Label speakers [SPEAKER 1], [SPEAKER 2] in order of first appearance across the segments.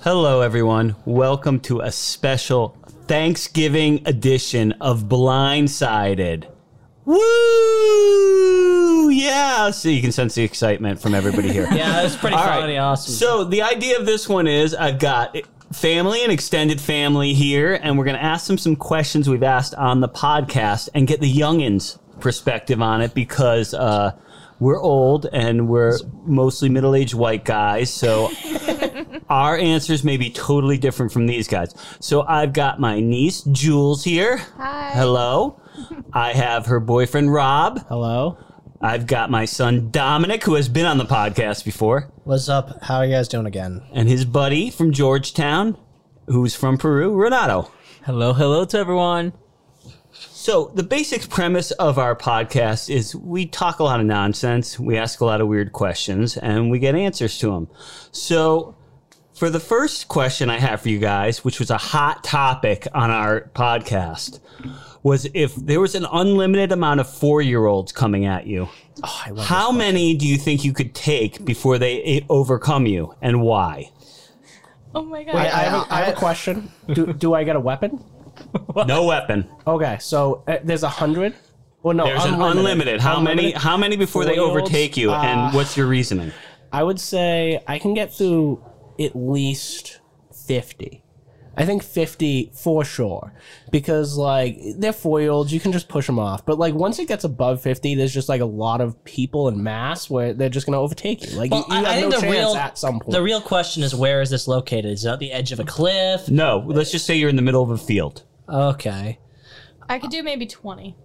[SPEAKER 1] Hello, everyone. Welcome to a special Thanksgiving edition of Blindsided. Woo! Yeah, so you can sense the excitement from everybody here.
[SPEAKER 2] Yeah, that's pretty
[SPEAKER 1] All right.
[SPEAKER 2] funny. Awesome.
[SPEAKER 1] So the idea of this one is I've got family and extended family here, and we're going to ask them some questions we've asked on the podcast and get the youngins' perspective on it because uh, we're old and we're mostly middle-aged white guys, so. Our answers may be totally different from these guys. So I've got my niece Jules here.
[SPEAKER 3] Hi.
[SPEAKER 1] Hello. I have her boyfriend Rob.
[SPEAKER 2] hello.
[SPEAKER 1] I've got my son Dominic, who has been on the podcast before
[SPEAKER 4] What's up? How are you guys doing again?
[SPEAKER 1] and his buddy from Georgetown, who's from Peru, Renato.
[SPEAKER 2] Hello, hello to everyone.
[SPEAKER 1] So, the basic premise of our podcast is we talk a lot of nonsense, we ask a lot of weird questions, and we get answers to them. So, for the first question I have for you guys, which was a hot topic on our podcast, was if there was an unlimited amount of four year olds coming at you, how many do you think you could take before they overcome you and why?
[SPEAKER 3] Oh my god.
[SPEAKER 5] Wait, I, have a, I have a question. Do, do I get a weapon?
[SPEAKER 1] No weapon.
[SPEAKER 5] Okay, so uh, there's a hundred. Well, no,
[SPEAKER 1] There's an unlimited. Ah. How many? How many before they
[SPEAKER 5] 40-year-olds?
[SPEAKER 1] overtake you? and what's your reasoning?
[SPEAKER 5] I would say I can get through at least fifty. I think fifty for sure, because like they're four year olds, you can just push them off. But like once it gets above fifty, there's just like a lot of people in mass where they're just gonna overtake you. Like
[SPEAKER 2] Well,
[SPEAKER 5] you, you
[SPEAKER 2] I, I
[SPEAKER 5] have
[SPEAKER 2] think
[SPEAKER 5] no
[SPEAKER 2] the
[SPEAKER 5] chance
[SPEAKER 2] real
[SPEAKER 5] at some point.
[SPEAKER 2] the real question is where is this located? Is it at the edge of a cliff?
[SPEAKER 1] No. Let's just say you're in the middle of a field.
[SPEAKER 2] Okay.
[SPEAKER 3] I could do maybe 20.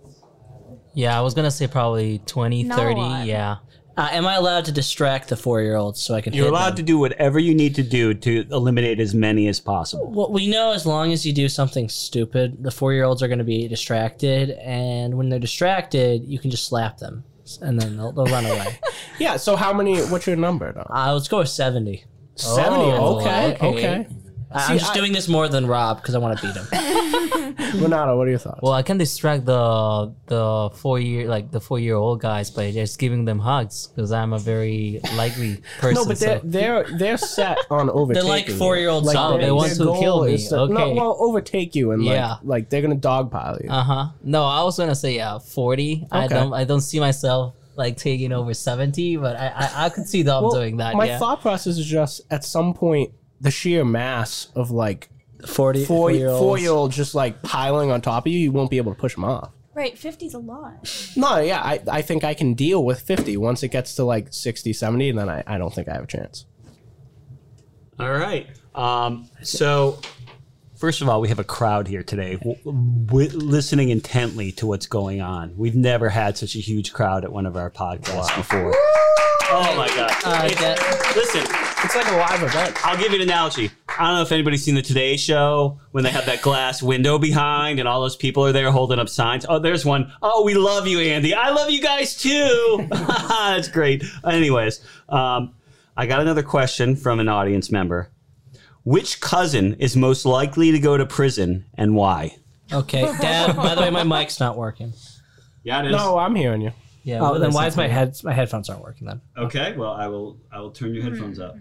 [SPEAKER 2] Yeah, I was gonna say probably 20,
[SPEAKER 3] No,
[SPEAKER 2] 30.
[SPEAKER 3] I'm-
[SPEAKER 2] Yeah. Uh, am I allowed to distract the four-year-olds so I can?
[SPEAKER 1] You're
[SPEAKER 2] hit
[SPEAKER 1] allowed
[SPEAKER 2] them?
[SPEAKER 1] to do whatever you need to do to eliminate as many as possible.
[SPEAKER 2] What we know, as long as you do something stupid, the four-year-olds are gonna be distracted, and when they're distracted, you can just slap them, and then they'll, they'll run away.
[SPEAKER 5] yeah. So how many? What's your number? Though?
[SPEAKER 2] Uh, let's go with seventy.
[SPEAKER 5] Seventy.
[SPEAKER 2] Oh,
[SPEAKER 5] Okay.
[SPEAKER 2] okay.
[SPEAKER 5] Okay.
[SPEAKER 2] I- I'm just doing this more than Rob because I want to beat him.
[SPEAKER 5] Renato, what are your thoughts?
[SPEAKER 6] Well, I can distract the the four year like the four year old guys by just giving them hugs because I'm a very likely person.
[SPEAKER 5] No, but they're
[SPEAKER 6] so-
[SPEAKER 5] they're they're set on overtaking.
[SPEAKER 2] like
[SPEAKER 5] you.
[SPEAKER 2] four-year-old
[SPEAKER 5] Like,
[SPEAKER 2] zombies.
[SPEAKER 5] their-
[SPEAKER 2] They want
[SPEAKER 5] their
[SPEAKER 6] to
[SPEAKER 5] goal
[SPEAKER 6] kill me.
[SPEAKER 5] is to- No,
[SPEAKER 6] Okay.
[SPEAKER 5] well, overtake you and like
[SPEAKER 6] Yeah.
[SPEAKER 5] like they're gonna dogpile you.
[SPEAKER 6] uh-huh. No, I was gonna say yeah, forty. I
[SPEAKER 5] Okay.
[SPEAKER 6] don't I don't see myself like taking over seventy, but I I, I could see them
[SPEAKER 5] Well,
[SPEAKER 6] doing that.
[SPEAKER 5] My
[SPEAKER 6] yeah.
[SPEAKER 5] thought process is just at some point the sheer mass of like
[SPEAKER 2] 40,
[SPEAKER 5] four
[SPEAKER 2] four-year-olds.
[SPEAKER 5] four year olds just like piling on top of you, you won't be able to push them off.
[SPEAKER 3] Right, 50's a lot.
[SPEAKER 5] No, yeah, I, I think I can deal with 50. Once it gets to like 60, 70, then I, I don't think I have a chance.
[SPEAKER 1] All right. Um, so, first of all, we have a crowd here today, w- w- listening intently to what's going on. We've never had such a huge crowd at one of our podcasts before. Oh my god!
[SPEAKER 6] Uh,
[SPEAKER 1] It's-
[SPEAKER 6] that-
[SPEAKER 1] listen,
[SPEAKER 5] It's like a live event.
[SPEAKER 1] I'll give you an analogy. I don't know if anybody's seen the Today Show when they have that glass window behind and all those people are there holding up signs. Oh, there's one. Oh, we love you, Andy. I love you guys too. That's great. Anyways, um, I got another question from an audience member. Which cousin is most likely to go to prison and why?
[SPEAKER 2] Okay, Dad. by the way, my mic's not working.
[SPEAKER 1] Yeah, it is.
[SPEAKER 5] No, I'm hearing you.
[SPEAKER 6] yeah,
[SPEAKER 2] Oh,
[SPEAKER 6] well,
[SPEAKER 2] then
[SPEAKER 6] that's
[SPEAKER 2] why is my
[SPEAKER 6] something.
[SPEAKER 2] head my headphones aren't working? Then
[SPEAKER 1] Okay, well, I will. I will turn your headphones up.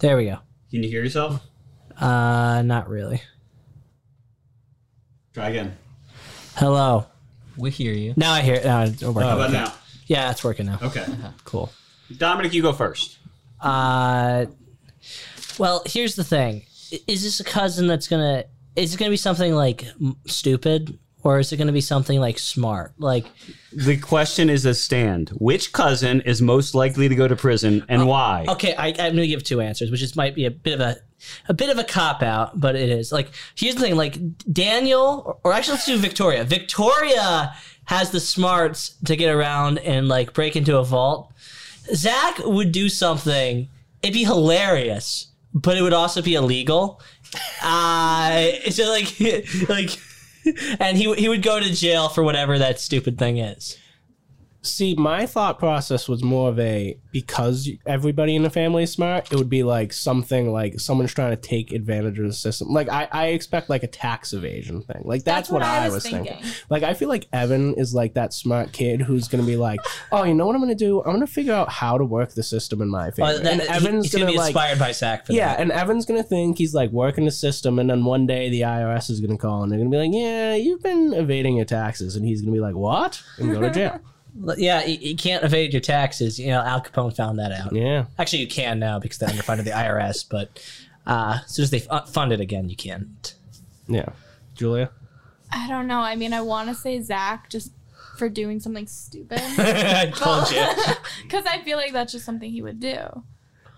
[SPEAKER 2] there we go.
[SPEAKER 1] Can you hear yourself?
[SPEAKER 2] Uh, not really.
[SPEAKER 1] Try again.
[SPEAKER 2] Hello.
[SPEAKER 6] we hear you. Oh.
[SPEAKER 2] Now I hear it. Now it's working.
[SPEAKER 1] How about now?
[SPEAKER 2] yeah, it's working now.
[SPEAKER 1] Okay,
[SPEAKER 2] Cool.
[SPEAKER 1] Dominic, you go first.
[SPEAKER 2] Uh, well, here's the thing: I- is this a cousin that's gonna? Is it gonna be something like m- stupid, or is it gonna be something like smart? Like,
[SPEAKER 1] The question is a stand. Which cousin is most likely to go to prison and why?
[SPEAKER 2] okay, I, I'm gonna give two answers, which is might be a bit of a a bit of a cop out, but it is. Like, here's the thing: like Daniel, or, or actually, let's do Victoria. Victoria has the smarts to get around and like break into a vault. Zach would do something. It'd be hilarious, but it would also be illegal. Uh, so like, like, and he he would go to jail for whatever that stupid thing is.
[SPEAKER 5] See, my thought process was more of a because everybody in the family is smart, it would be like something like someone's trying to take advantage of the system. Like I, I expect like a tax evasion thing. Like that's, what, I, was thinking. Like I feel like Evan is like that smart kid who's gonna be like, oh, you know what I'm gonna do? I'm gonna figure out how to work the system in my favor.
[SPEAKER 2] Uh, that-
[SPEAKER 5] and
[SPEAKER 2] he-
[SPEAKER 5] Evan's
[SPEAKER 2] he's gonna, be
[SPEAKER 5] like
[SPEAKER 2] inspired by Zach for
[SPEAKER 5] yeah,
[SPEAKER 2] that.
[SPEAKER 5] and Evan's gonna think he's like working the system, and then one day the IRS is gonna call and they're gonna be like, "Yeah, you've been evading your taxes," and he's gonna be like, "What?" and go to jail.
[SPEAKER 2] L- Yeah, you, you can't evade your taxes. You know, Al Capone found that out.
[SPEAKER 5] yeah,
[SPEAKER 2] Actually, you can now because they're under funded the IRS, but uh, as soon as they f- fund it again, you can't.
[SPEAKER 5] yeah. Julia,
[SPEAKER 3] I don't know. I mean, I want to say Zach just for doing something stupid.
[SPEAKER 2] I told you.
[SPEAKER 3] Because I feel like that's just something he would do.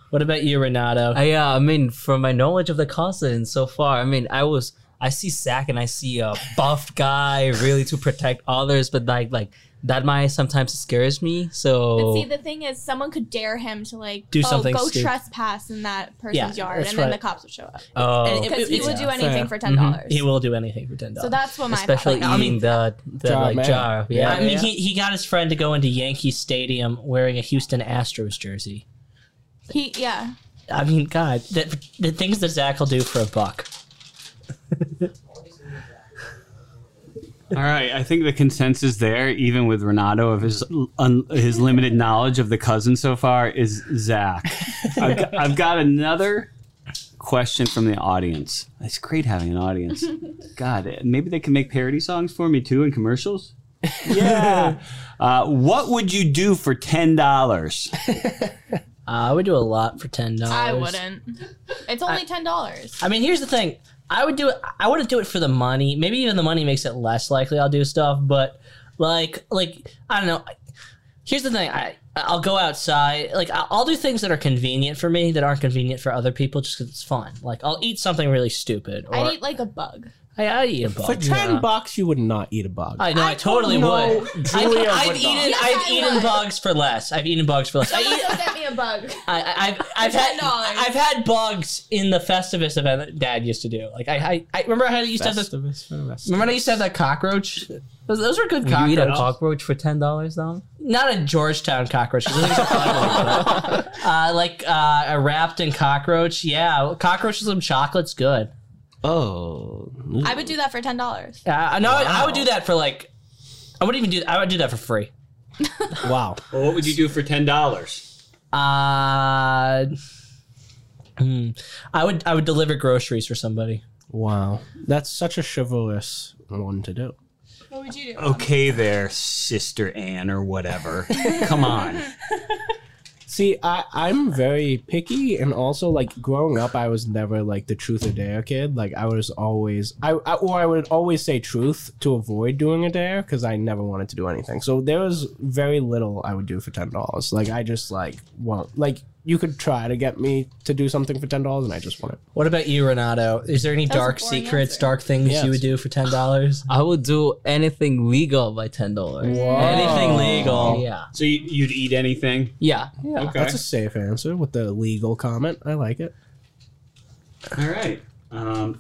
[SPEAKER 2] What about you, Renato?
[SPEAKER 6] I, uh, I mean, from my knowledge of the concert and so far, I mean, I was I see Zach and I see a buffed guy really to protect others, but like like that might sometimes scares me.
[SPEAKER 3] But
[SPEAKER 6] So
[SPEAKER 3] see, the thing is, someone could dare him to like
[SPEAKER 2] Oh. Do
[SPEAKER 3] oh,
[SPEAKER 2] something
[SPEAKER 3] go
[SPEAKER 2] stupid.
[SPEAKER 3] trespass in that person's
[SPEAKER 2] Yeah,
[SPEAKER 3] yard,
[SPEAKER 2] that's
[SPEAKER 3] and then
[SPEAKER 2] right.
[SPEAKER 3] the cops would show up
[SPEAKER 6] oh,
[SPEAKER 2] and it-
[SPEAKER 3] because he would do
[SPEAKER 2] yeah,
[SPEAKER 3] anything
[SPEAKER 5] fair.
[SPEAKER 3] for ten dollars.
[SPEAKER 2] he will do anything for ten dollars.
[SPEAKER 3] So that's what my thought
[SPEAKER 6] especially
[SPEAKER 3] was.
[SPEAKER 6] eating the the
[SPEAKER 5] Jar of mayo.
[SPEAKER 6] like jar. of- Yeah,
[SPEAKER 2] I mean,
[SPEAKER 6] yeah.
[SPEAKER 2] he, he got his friend to go into Yankee Stadium wearing a Houston Astros jersey.
[SPEAKER 3] He yeah.
[SPEAKER 2] I mean, God, the, the things that Zach will do for a buck.
[SPEAKER 1] All right, I think the consensus there, even with Renato of his un, his limited knowledge of the cousin so far, is Zach. I've got, I've got another question from the audience. It's great having an audience. God, maybe they can make parody songs for me too in commercials. Yeah. uh, what would you do for ten dollars?
[SPEAKER 2] Uh, I would do a lot for ten dollars.
[SPEAKER 3] I wouldn't. It's only ten dollars.
[SPEAKER 2] I mean, here's the thing. I would do it. I wouldn't do it for the money. Maybe even the money makes it less likely I'll do stuff. But like, like I don't know. Here's the thing. I I'll go outside. Like I- I'll do things that are convenient for me that aren't convenient for other people, just because it's fun. Like I'll eat something really stupid, or
[SPEAKER 3] I'd eat like a bug.
[SPEAKER 2] I, I eat a bug.
[SPEAKER 5] for ten
[SPEAKER 2] Yeah.
[SPEAKER 5] bucks, you would not eat a bug.
[SPEAKER 2] I know. I,
[SPEAKER 3] I
[SPEAKER 2] totally
[SPEAKER 5] No,
[SPEAKER 2] would.
[SPEAKER 5] Julia
[SPEAKER 2] I've, I've
[SPEAKER 5] would not.
[SPEAKER 2] eaten.
[SPEAKER 3] Yes,
[SPEAKER 2] I've
[SPEAKER 3] I
[SPEAKER 2] eaten
[SPEAKER 3] would.
[SPEAKER 2] bugs for less. I've eaten bugs for less. I eat,
[SPEAKER 3] get me a bug.
[SPEAKER 2] I, I- I've I've had
[SPEAKER 3] $10.
[SPEAKER 2] I've had bugs in the Festivus event that Dad used to do. Like I I, I remember how I used to have the,
[SPEAKER 5] Festivus for the rest.
[SPEAKER 2] remember when I used to have that cockroach. Those, those were good
[SPEAKER 6] you eat a
[SPEAKER 2] cockroaches.
[SPEAKER 6] cockroach for ten dollars, Dom?
[SPEAKER 2] Not a Georgetown cockroach. 'cause those things are ugly, but, uh, like uh, a wrapped in cockroach. Yeah, cockroach with some chocolate's good.
[SPEAKER 5] Oh,
[SPEAKER 3] I would do that for ten dollars.
[SPEAKER 2] Uh, no, I, I would do that for like. I wouldn't even do. I would do that for free.
[SPEAKER 5] wow.
[SPEAKER 1] Or what would you do for ten dollars?
[SPEAKER 2] Uh, hmm. I would I would deliver groceries for somebody.
[SPEAKER 5] Wow. That's such a chivalrous one to do.
[SPEAKER 3] What would you do?
[SPEAKER 1] Okay, there, Sister Anne or whatever. Come on.
[SPEAKER 5] See, I, I'm very picky, and also like growing up, I was never like the truth or dare kid. Like I was always, I, I or I would always say truth to avoid doing a dare because I never wanted to do anything. So there was very little I would do for ten dollars. Like I just like won't. Like you could try to get me to do something for ten dollars, and I just won't.
[SPEAKER 2] What about you, Renato? Is there any
[SPEAKER 3] was a
[SPEAKER 2] dark
[SPEAKER 3] boring
[SPEAKER 2] secrets,
[SPEAKER 3] answer.
[SPEAKER 2] dark things
[SPEAKER 5] Yes.
[SPEAKER 2] you would do for ten dollars?
[SPEAKER 6] I would do anything legal by ten dollars.
[SPEAKER 2] Anything legal?
[SPEAKER 6] Yeah,
[SPEAKER 1] So you, you'd eat anything?
[SPEAKER 6] yeah.
[SPEAKER 5] Yeah,
[SPEAKER 1] Okay.
[SPEAKER 5] that's a safe answer with the legal comment. I like it.
[SPEAKER 1] All right. Um,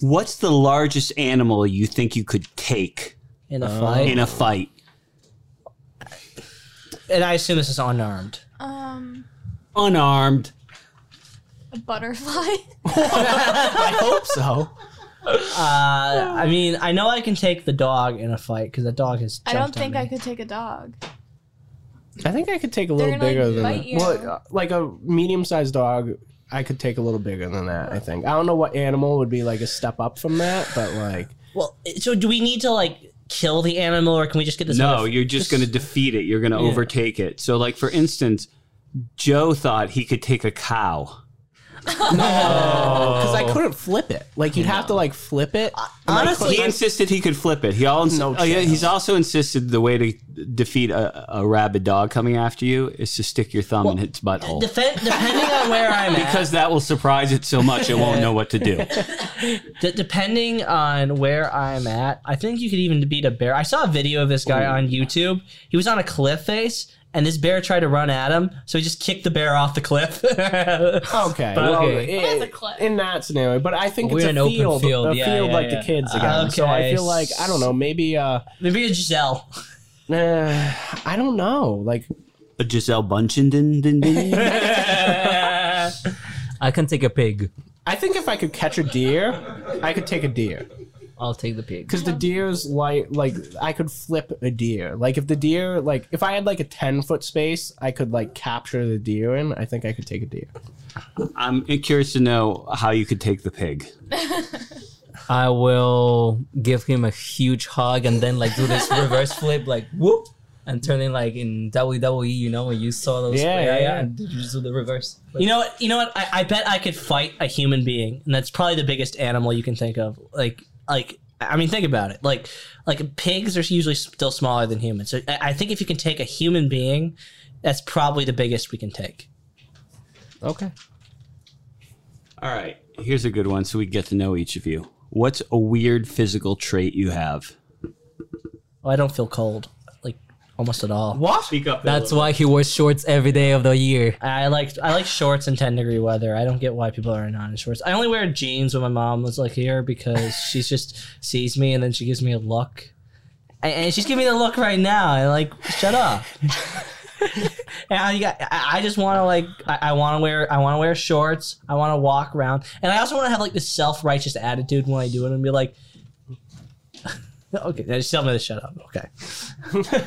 [SPEAKER 1] what's the largest animal you think you could take
[SPEAKER 2] in
[SPEAKER 6] Uh,
[SPEAKER 2] a fight.
[SPEAKER 1] in a fight?
[SPEAKER 2] and I assume this is unarmed.
[SPEAKER 3] Um,
[SPEAKER 1] Unarmed.
[SPEAKER 3] a butterfly.
[SPEAKER 5] I hope so.
[SPEAKER 2] Uh, I mean, I know I can take the dog in a fight because the dog has.
[SPEAKER 3] I don't
[SPEAKER 2] jumped on
[SPEAKER 3] think
[SPEAKER 2] me.
[SPEAKER 3] I could take a dog.
[SPEAKER 5] I think I could take a
[SPEAKER 3] They're
[SPEAKER 5] little
[SPEAKER 3] gonna,
[SPEAKER 5] bigger
[SPEAKER 3] like,
[SPEAKER 5] than
[SPEAKER 3] bite
[SPEAKER 5] that.
[SPEAKER 3] you.
[SPEAKER 5] Well, uh, like a medium-sized dog, I could take a little bigger than that. I think. I don't know what animal would be like a step up from that, but like,
[SPEAKER 2] Well, so do we need to like kill the animal, or can we just get this?
[SPEAKER 1] No,
[SPEAKER 2] other-
[SPEAKER 1] you're just going to defeat it. You're going to overtake it. So, like for instance, Joe thought he could take a cow.
[SPEAKER 5] because
[SPEAKER 6] Oh.
[SPEAKER 5] I couldn't flip it. Like you'd have to like flip it.
[SPEAKER 1] he
[SPEAKER 2] honestly,
[SPEAKER 1] insisted he could flip it. He also
[SPEAKER 5] No
[SPEAKER 1] oh, yeah,
[SPEAKER 5] chance.
[SPEAKER 1] he's also insisted the way to defeat a, a rabid dog coming after you is to stick your thumb in its butthole
[SPEAKER 2] defen- depending on where I'm at.
[SPEAKER 1] because that will surprise it so much it won't know what to do.
[SPEAKER 2] D- depending on where I'm at, I think you could even beat a bear. I saw a video of this guy on YouTube. He was on a cliff face and this bear tried to run at him, so he just kicked the bear off the cliff.
[SPEAKER 5] Okay.
[SPEAKER 6] But
[SPEAKER 5] well,
[SPEAKER 6] okay.
[SPEAKER 5] i-
[SPEAKER 3] That's a clip.
[SPEAKER 5] In that scenario, but I think
[SPEAKER 6] We're
[SPEAKER 5] it's a
[SPEAKER 6] in open
[SPEAKER 5] field,
[SPEAKER 6] field.
[SPEAKER 5] a
[SPEAKER 6] Yeah,
[SPEAKER 5] field
[SPEAKER 6] yeah,
[SPEAKER 5] like
[SPEAKER 6] yeah.
[SPEAKER 5] the kids again.
[SPEAKER 6] Uh,
[SPEAKER 5] So I
[SPEAKER 2] Okay.
[SPEAKER 5] feel like I don't know. Maybe uh,
[SPEAKER 2] Maybe it's Giselle.
[SPEAKER 5] uh I don't know. Like
[SPEAKER 1] A Giselle Bundchen. Din, din, din.
[SPEAKER 6] I can take a pig.
[SPEAKER 5] I think if I could catch a deer, I could take a deer
[SPEAKER 6] I'll take the pig.
[SPEAKER 5] because the deer's like like I could flip a deer. Like if the deer like if I had like a ten foot space, I could like capture the deer in. I think I could take a deer.
[SPEAKER 1] I'm curious to know how you could take the pig.
[SPEAKER 6] I will give him a huge hug and then like do this reverse flip, like whoop, and turn it like in WWE. You know when you saw those,
[SPEAKER 5] Yeah, yeah, yeah.
[SPEAKER 6] and you just do the reverse. flip.
[SPEAKER 2] You know what? You know what? I, I bet I could fight a human being, and that's probably the biggest animal you can think of. Like, like I mean, think about it. Like, like pigs are usually still smaller than humans. So I, I think if you can take a human being, that's probably the biggest we can take.
[SPEAKER 5] Okay.
[SPEAKER 1] All right. Here's a good one so we get to know each of you. What's a weird physical trait you have?
[SPEAKER 2] Oh, I don't feel cold, like almost at all.
[SPEAKER 5] What?
[SPEAKER 1] Speak up.
[SPEAKER 6] That's why he wears shorts every day of the year.
[SPEAKER 2] I like I like shorts in ten degree weather. I don't get why people are not in shorts. I only wear jeans when my mom was like here because she's just sees me and then she gives me a look, and, and she's giving me the look right now. And like, shut up. and I, got- I I just want to like I, I want to wear I want to wear shorts. I want to walk around, and I also want to have like this self righteous attitude when I do it and be like. Okay, now just tell me to shut up. Okay.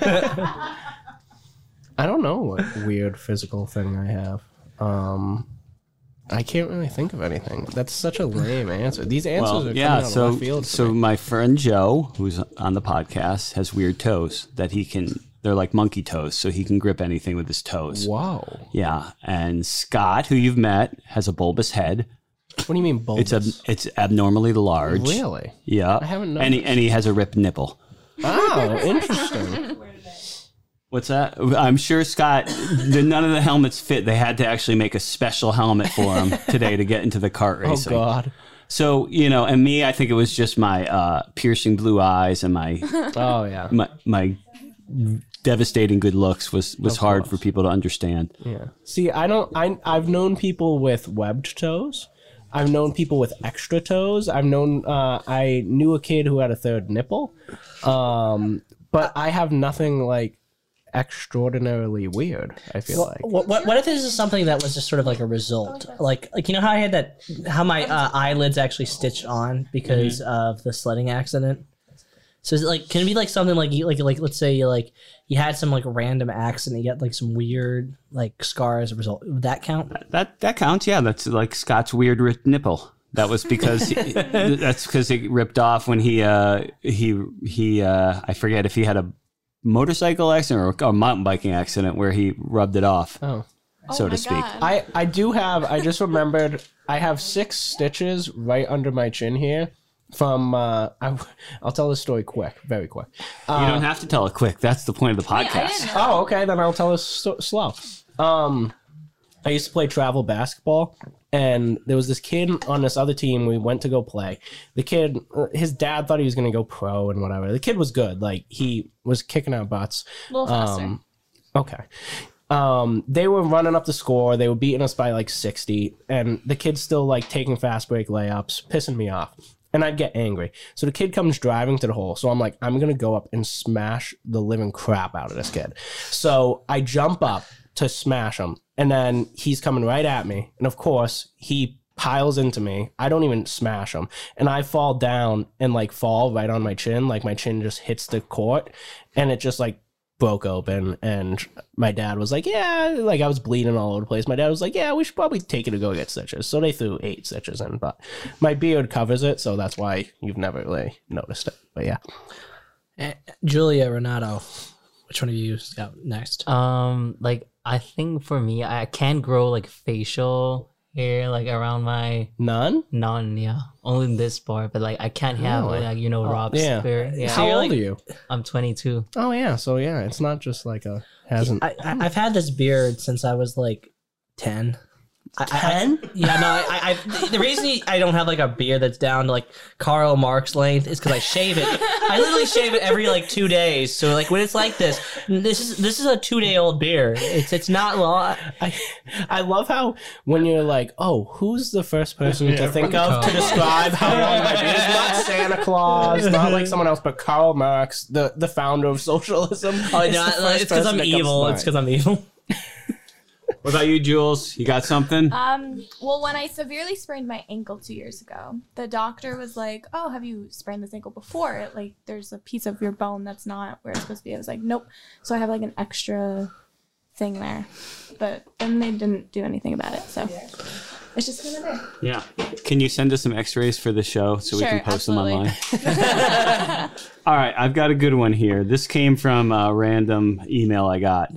[SPEAKER 5] I don't know what weird physical thing I have. Um, I can't really think of anything. That's such a lame answer. These answers
[SPEAKER 1] Well,
[SPEAKER 5] are coming
[SPEAKER 1] Oh, yeah.
[SPEAKER 5] out of
[SPEAKER 1] So,
[SPEAKER 5] left field.
[SPEAKER 1] so my friend Joe, who's on the podcast, has weird toes that he can. They're like monkey toes, so he can grip anything with his toes.
[SPEAKER 5] wow.
[SPEAKER 1] Yeah. And Scott, who you've met, has a bulbous head.
[SPEAKER 5] What do you mean bulbous?
[SPEAKER 1] It's ab- it's abnormally large.
[SPEAKER 5] really.
[SPEAKER 1] Yeah.
[SPEAKER 5] I haven't
[SPEAKER 1] And he, and he has a ripped nipple.
[SPEAKER 5] Oh, interesting.
[SPEAKER 1] What's that? I'm sure Scott. the, none of the helmets fit. They had to actually make a special helmet for him today to get into the kart
[SPEAKER 5] oh
[SPEAKER 1] racing.
[SPEAKER 5] God.
[SPEAKER 1] So you know, and me, I think it was just my uh, piercing blue eyes and my
[SPEAKER 5] Oh yeah.
[SPEAKER 1] my my devastating good looks was was hard for people to understand.
[SPEAKER 5] Yeah. See, I don't. I I've known people with webbed toes. I've known people with extra toes. I've known. Uh, I knew a kid who had a third nipple. Um, but I have nothing like extraordinarily weird. I feel like.
[SPEAKER 2] What, what, what if this is something that was just sort of like a result? Like, like you know how I had that, how my uh, eyelids actually stitched on because of the sledding accident. So is it like, can it be like something like you like like let's say you like you had some like random accident, you got like some weird like scar as a result. Would that count?
[SPEAKER 1] That that counts. Yeah, that's like Scott's weird ripped nipple. That was because that's because it ripped off when he uh he he uh I forget if he had a motorcycle accident or a mountain biking accident where he rubbed it off.
[SPEAKER 5] Oh.
[SPEAKER 1] so
[SPEAKER 3] oh
[SPEAKER 1] to
[SPEAKER 3] my
[SPEAKER 1] speak.
[SPEAKER 3] God.
[SPEAKER 5] I I do have. I just remembered. I have six stitches right under my chin here. From uh, I, I'll tell this story quick, very quick.
[SPEAKER 1] you don't have to tell it quick. That's the point of the
[SPEAKER 3] I didn't
[SPEAKER 1] podcast.
[SPEAKER 3] know.
[SPEAKER 5] Oh, okay. Then I'll tell us so- slow. Um, I used to play travel basketball, and there was this kid on this other team. We went to go play. The kid, uh, his dad thought he was going to go pro and whatever. The kid was good. Like he was kicking our butts.
[SPEAKER 3] A little faster.
[SPEAKER 5] Um, okay. Um, they were running up the score. They were beating us by like 60, and the kid's still like taking fast break layups, pissing me off. And I'd get angry. So the kid comes driving to the hole. So I'm like, I'm going to go up and smash the living crap out of this kid. So I jump up to smash him, and then he's coming right at me. And of course, he piles into me. I don't even smash him. And I fall down and like fall right on my chin. Like my chin just hits the court, and it just like broke open and my dad was like yeah like i was bleeding all over the place my dad was like yeah we should probably take it to go get stitches so they threw eight stitches in but my beard covers it so that's why you've never really noticed it but yeah
[SPEAKER 2] Julia Renato, which one of you got next?
[SPEAKER 6] Um, like I think for me, I can grow like facial hair like around my
[SPEAKER 5] none
[SPEAKER 6] non yeah only in this part, but like I can't have
[SPEAKER 5] Really?
[SPEAKER 6] like you know
[SPEAKER 2] Oh,
[SPEAKER 6] Rob's
[SPEAKER 5] yeah.
[SPEAKER 6] hair. Yeah,
[SPEAKER 5] how
[SPEAKER 2] you're
[SPEAKER 5] old
[SPEAKER 2] like-
[SPEAKER 5] are you
[SPEAKER 6] I'm 22.
[SPEAKER 5] oh yeah so yeah it's not just like a hasn't
[SPEAKER 2] I, I I've had this beard since I was like ten. Ten? Yeah, no. I, I, I the reason I don't have like a beard that's down to like Karl Marx length is because I shave it. I literally shave it every like two days. So like when it's like this, this is this is a two day old beard. It's it's not long.
[SPEAKER 5] I, I love how when you're like, oh, who's the first person to think
[SPEAKER 2] Oh.
[SPEAKER 5] of to
[SPEAKER 6] Carl.
[SPEAKER 5] describe how long my beard is? Not Santa Claus, not like someone else, but Karl Marx, the, the founder of socialism.
[SPEAKER 2] Oh,
[SPEAKER 5] is
[SPEAKER 2] no,
[SPEAKER 5] the first
[SPEAKER 2] it's because
[SPEAKER 5] person
[SPEAKER 2] I'm
[SPEAKER 5] that comes to
[SPEAKER 2] evil. It's
[SPEAKER 5] mind.
[SPEAKER 2] because I'm evil.
[SPEAKER 1] What about you, Jules? You got something?
[SPEAKER 3] Um, well, when I severely sprained my ankle two years ago, the doctor was like, "Oh, have you sprained this ankle before? It, like, there's a piece of your bone that's not where it's supposed to be." I was like, "Nope." So I have like an extra thing there, but then they didn't do anything about it. So it's just kind of there.
[SPEAKER 1] Yeah. Can you send us some x-rays for the show so we
[SPEAKER 3] Sure,
[SPEAKER 1] can post
[SPEAKER 3] absolutely.
[SPEAKER 1] them online? All right, I've got a good one here. This came from a random email I got.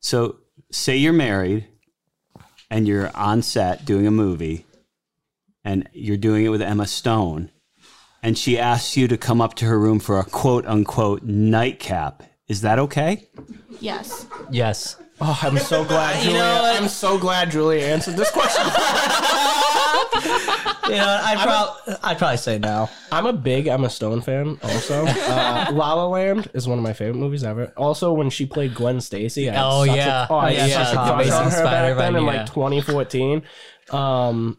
[SPEAKER 1] So, say you're married and you're on set doing a movie and you're doing it with Emma Stone and she asks you to come up to her room for a quote unquote nightcap. Is that okay?
[SPEAKER 3] Yes.
[SPEAKER 6] Yes.
[SPEAKER 5] Oh, I'm so glad Julia.
[SPEAKER 2] what?
[SPEAKER 5] I'm so glad Julia answered this question.
[SPEAKER 2] You know, I would I'd probably say no.
[SPEAKER 5] I'm a big Emma Stone fan. Also, uh, La La Land is one of my favorite movies ever. Also, when she played Gwen Stacy, I had
[SPEAKER 6] Oh,
[SPEAKER 5] such
[SPEAKER 6] yeah.
[SPEAKER 5] a, oh, I
[SPEAKER 6] Oh,
[SPEAKER 5] had
[SPEAKER 6] yeah,
[SPEAKER 5] such a
[SPEAKER 6] The
[SPEAKER 5] crush
[SPEAKER 6] Amazing
[SPEAKER 5] on her back
[SPEAKER 6] Spider-Man,
[SPEAKER 5] then in
[SPEAKER 6] yeah.
[SPEAKER 5] like 2014. Um,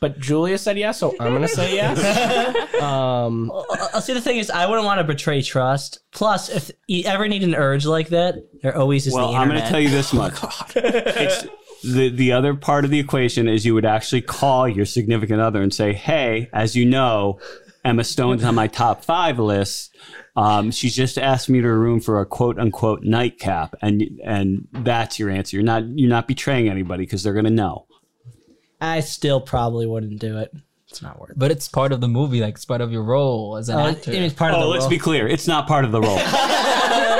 [SPEAKER 5] but Julia said yes, so I'm gonna say yes. um,
[SPEAKER 2] Uh, see, the thing is, I wouldn't want to betray trust. Plus, if you ever need an urge like that, there always is
[SPEAKER 1] Well,
[SPEAKER 2] the
[SPEAKER 1] I'm
[SPEAKER 2] internet.
[SPEAKER 1] going to tell you this much. it's, the the other part of the equation is you would actually call your significant other and say, "Hey, as you know, Emma Stone's on my top five list. Um, she's just asked me to her room for a quote unquote nightcap," and and that's your answer. You're not you're not betraying anybody because they're going to know.
[SPEAKER 2] I still probably wouldn't do it. It's not worth. it.
[SPEAKER 6] But it's part of the movie, like it's part of your role as an
[SPEAKER 2] Uh,
[SPEAKER 6] actor.
[SPEAKER 2] I mean, it's part of
[SPEAKER 1] Oh,
[SPEAKER 2] the
[SPEAKER 1] let's
[SPEAKER 2] role.
[SPEAKER 1] be clear, it's not part of the role.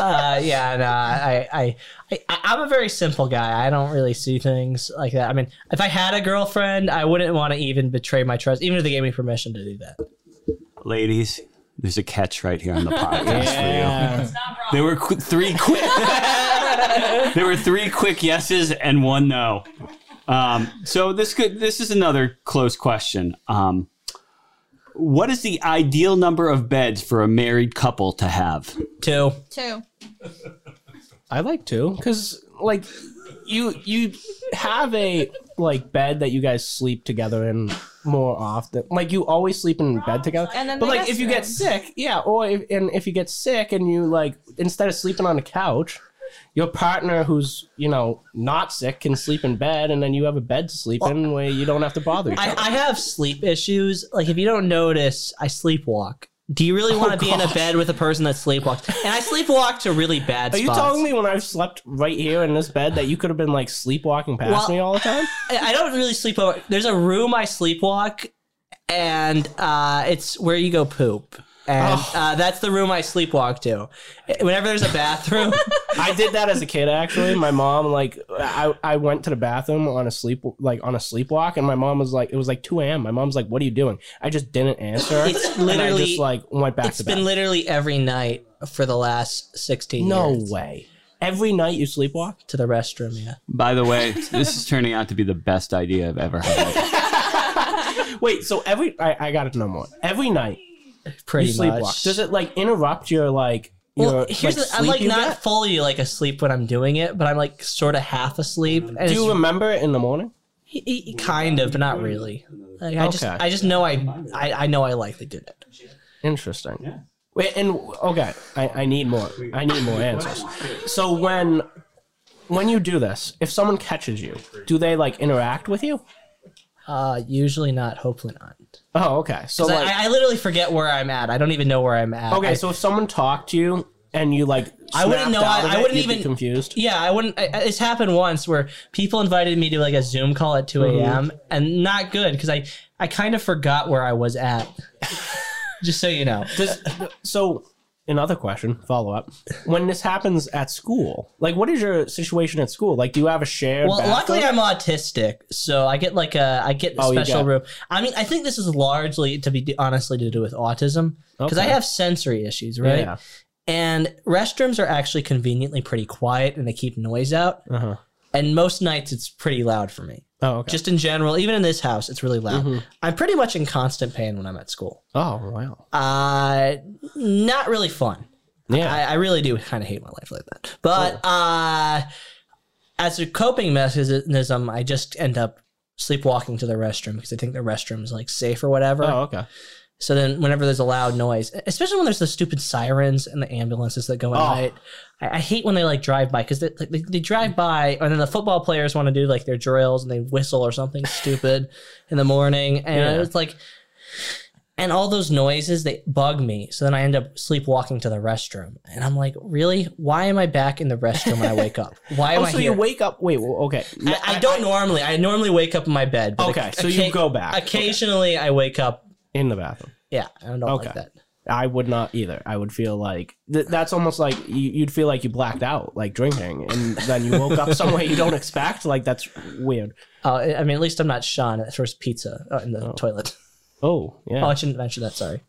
[SPEAKER 2] Uh, yeah, no, I, I, I, I- I'm a very simple guy. I don't really see things like that. I mean, if I had a girlfriend, I wouldn't want to even betray my trust, even if they gave me permission to do that.
[SPEAKER 1] Ladies, there's a catch right here on the podcast for you.
[SPEAKER 5] yeah.
[SPEAKER 1] There were qu- three quick. there were three quick yeses and one no. Um, so this could this is another close question. Um, what is the ideal number of beds for a married couple to have?
[SPEAKER 2] Two.
[SPEAKER 3] Two.
[SPEAKER 5] I like to because like you you have a like bed that you guys sleep together in more often. Like you always sleep in bed together.
[SPEAKER 3] And then
[SPEAKER 5] But
[SPEAKER 3] the
[SPEAKER 5] like, if you get
[SPEAKER 3] restroom.
[SPEAKER 5] sick, yeah, or if, and if you get sick and you like instead of sleeping on a couch, your partner who's you know not sick can sleep in bed, and then you have a bed to sleep in where you don't have to bother. Each
[SPEAKER 2] I,
[SPEAKER 5] other.
[SPEAKER 2] I have sleep issues. Like if you don't notice, I sleepwalk. Do you really want to be in a bed with a person that sleepwalks? And I sleepwalk to really bad
[SPEAKER 5] Are you
[SPEAKER 2] spots.
[SPEAKER 5] telling me when I've slept right here in this bed that you could have been like sleepwalking past
[SPEAKER 2] Well-
[SPEAKER 5] me all the time?
[SPEAKER 2] I I don't really sleep over. There's a room I sleepwalk, and uh, it's where you go poop, and
[SPEAKER 5] Oh.
[SPEAKER 2] uh, that's the room I sleepwalk to. Whenever there's a bathroom,
[SPEAKER 5] I did that as a kid actually. My mom like I, I went to the bathroom on a sleep like on a sleepwalk and my mom was like it was like 2 a.m. My mom's like what are you doing? I just didn't answer.
[SPEAKER 2] It's
[SPEAKER 5] and I
[SPEAKER 2] literally-
[SPEAKER 5] just like went back
[SPEAKER 2] it's
[SPEAKER 5] to bed.
[SPEAKER 2] been literally every night for the last sixteen.
[SPEAKER 5] no
[SPEAKER 2] years.
[SPEAKER 5] way. Every night you sleepwalk?
[SPEAKER 2] to the restroom. Yeah,
[SPEAKER 1] By the way, this is turning out to be the best idea I've ever had.
[SPEAKER 5] Wait, so every I, I got to know more. Every night you
[SPEAKER 2] pretty
[SPEAKER 5] sleepwalk.
[SPEAKER 2] much.
[SPEAKER 5] Does it like interrupt your like your
[SPEAKER 2] well, here's
[SPEAKER 5] like,
[SPEAKER 2] the, I'm like
[SPEAKER 5] sleep you
[SPEAKER 2] not
[SPEAKER 5] get?
[SPEAKER 2] fully like asleep when I'm doing it, but I'm like sort of half asleep. And
[SPEAKER 5] Do
[SPEAKER 2] it's
[SPEAKER 5] you remember it in the morning?
[SPEAKER 2] Y- y- kind of, but not really. Like, I just,
[SPEAKER 5] Okay.
[SPEAKER 2] I just know I, I, I know I likely did it.
[SPEAKER 5] Interesting. Wait, and okay, I, I need more. I need more answers. So when when you do this, if someone catches you, do they like interact with you?
[SPEAKER 2] Uh, usually not. Hopefully not.
[SPEAKER 5] Oh, okay. So
[SPEAKER 2] 'Cause I-
[SPEAKER 5] like,
[SPEAKER 2] I, I literally forget where I'm at. I don't even know where I'm at.
[SPEAKER 5] okay,
[SPEAKER 2] I-
[SPEAKER 5] so if someone talked to you and you like,
[SPEAKER 2] I wouldn't
[SPEAKER 5] snapped
[SPEAKER 2] know, I-
[SPEAKER 5] out of
[SPEAKER 2] I
[SPEAKER 5] it,
[SPEAKER 2] wouldn't
[SPEAKER 5] you'd be
[SPEAKER 2] even-
[SPEAKER 5] confused.
[SPEAKER 2] yeah, I wouldn't. I, I- it's happened once where people invited me to like a Zoom call at 2
[SPEAKER 5] Mm-hmm.
[SPEAKER 2] a.m. and not good because I, I kind of forgot where I was at. just so you know.
[SPEAKER 5] Does, so another question, follow up. When this happens at school, like, what is your situation at school? Like, do you have a shared?
[SPEAKER 2] Well, luckily
[SPEAKER 5] bathroom?
[SPEAKER 2] I'm autistic, so I get like a I get a
[SPEAKER 5] Oh, you
[SPEAKER 2] special
[SPEAKER 5] got-
[SPEAKER 2] room. I mean, I think this is largely to be honestly to do with autism because I
[SPEAKER 5] Okay.
[SPEAKER 2] have sensory issues, right?
[SPEAKER 5] Yeah.
[SPEAKER 2] And restrooms are actually conveniently pretty quiet and they keep noise out.
[SPEAKER 5] Uh-huh.
[SPEAKER 2] and most nights it's pretty loud for me.
[SPEAKER 5] Oh, okay.
[SPEAKER 2] Just in general, even in this house, it's really loud. I'm pretty much in constant pain when I'm at school.
[SPEAKER 5] oh, wow.
[SPEAKER 2] Uh, not really fun.
[SPEAKER 5] Yeah.
[SPEAKER 2] I, I really do kind of hate my life like that. But uh, as a coping mechanism, I just end up sleepwalking to the restroom because I think the restroom is like safe or whatever.
[SPEAKER 5] oh, okay.
[SPEAKER 2] So then, whenever there's a loud noise, e, especially when there's the stupid sirens and the ambulances that go at
[SPEAKER 5] Oh.
[SPEAKER 2] night, I, I hate when they like drive by because they, like, they, they drive by and then the football players want to do like their drills and they whistle or something stupid in the morning. And
[SPEAKER 5] Yeah.
[SPEAKER 2] it's like, and all those noises, they bug me. So then I end up sleepwalking to the restroom. And I'm like, really? Why am I back in the restroom when I wake up? Why am
[SPEAKER 5] Oh,
[SPEAKER 2] I
[SPEAKER 5] so
[SPEAKER 2] here?
[SPEAKER 5] you wake up. Wait, well, okay.
[SPEAKER 2] I, I don't normally. I normally wake up in my bed. but
[SPEAKER 5] Okay,
[SPEAKER 2] oc-
[SPEAKER 5] so you
[SPEAKER 2] occa-
[SPEAKER 5] go back. Okay.
[SPEAKER 2] Occasionally, I wake up.
[SPEAKER 5] In the bathroom.
[SPEAKER 2] Yeah, I don't
[SPEAKER 5] Okay.
[SPEAKER 2] like that.
[SPEAKER 5] I would not either. I would feel like th- that's almost like you, you'd feel like you blacked out, like drinking, and then you woke up somewhere you don't expect. Like that's weird.
[SPEAKER 2] Oh, I I mean, at least I'm not Sean that throws pizza uh, in the toilet.
[SPEAKER 5] Oh yeah.
[SPEAKER 2] Oh, I shouldn't mention that. Sorry.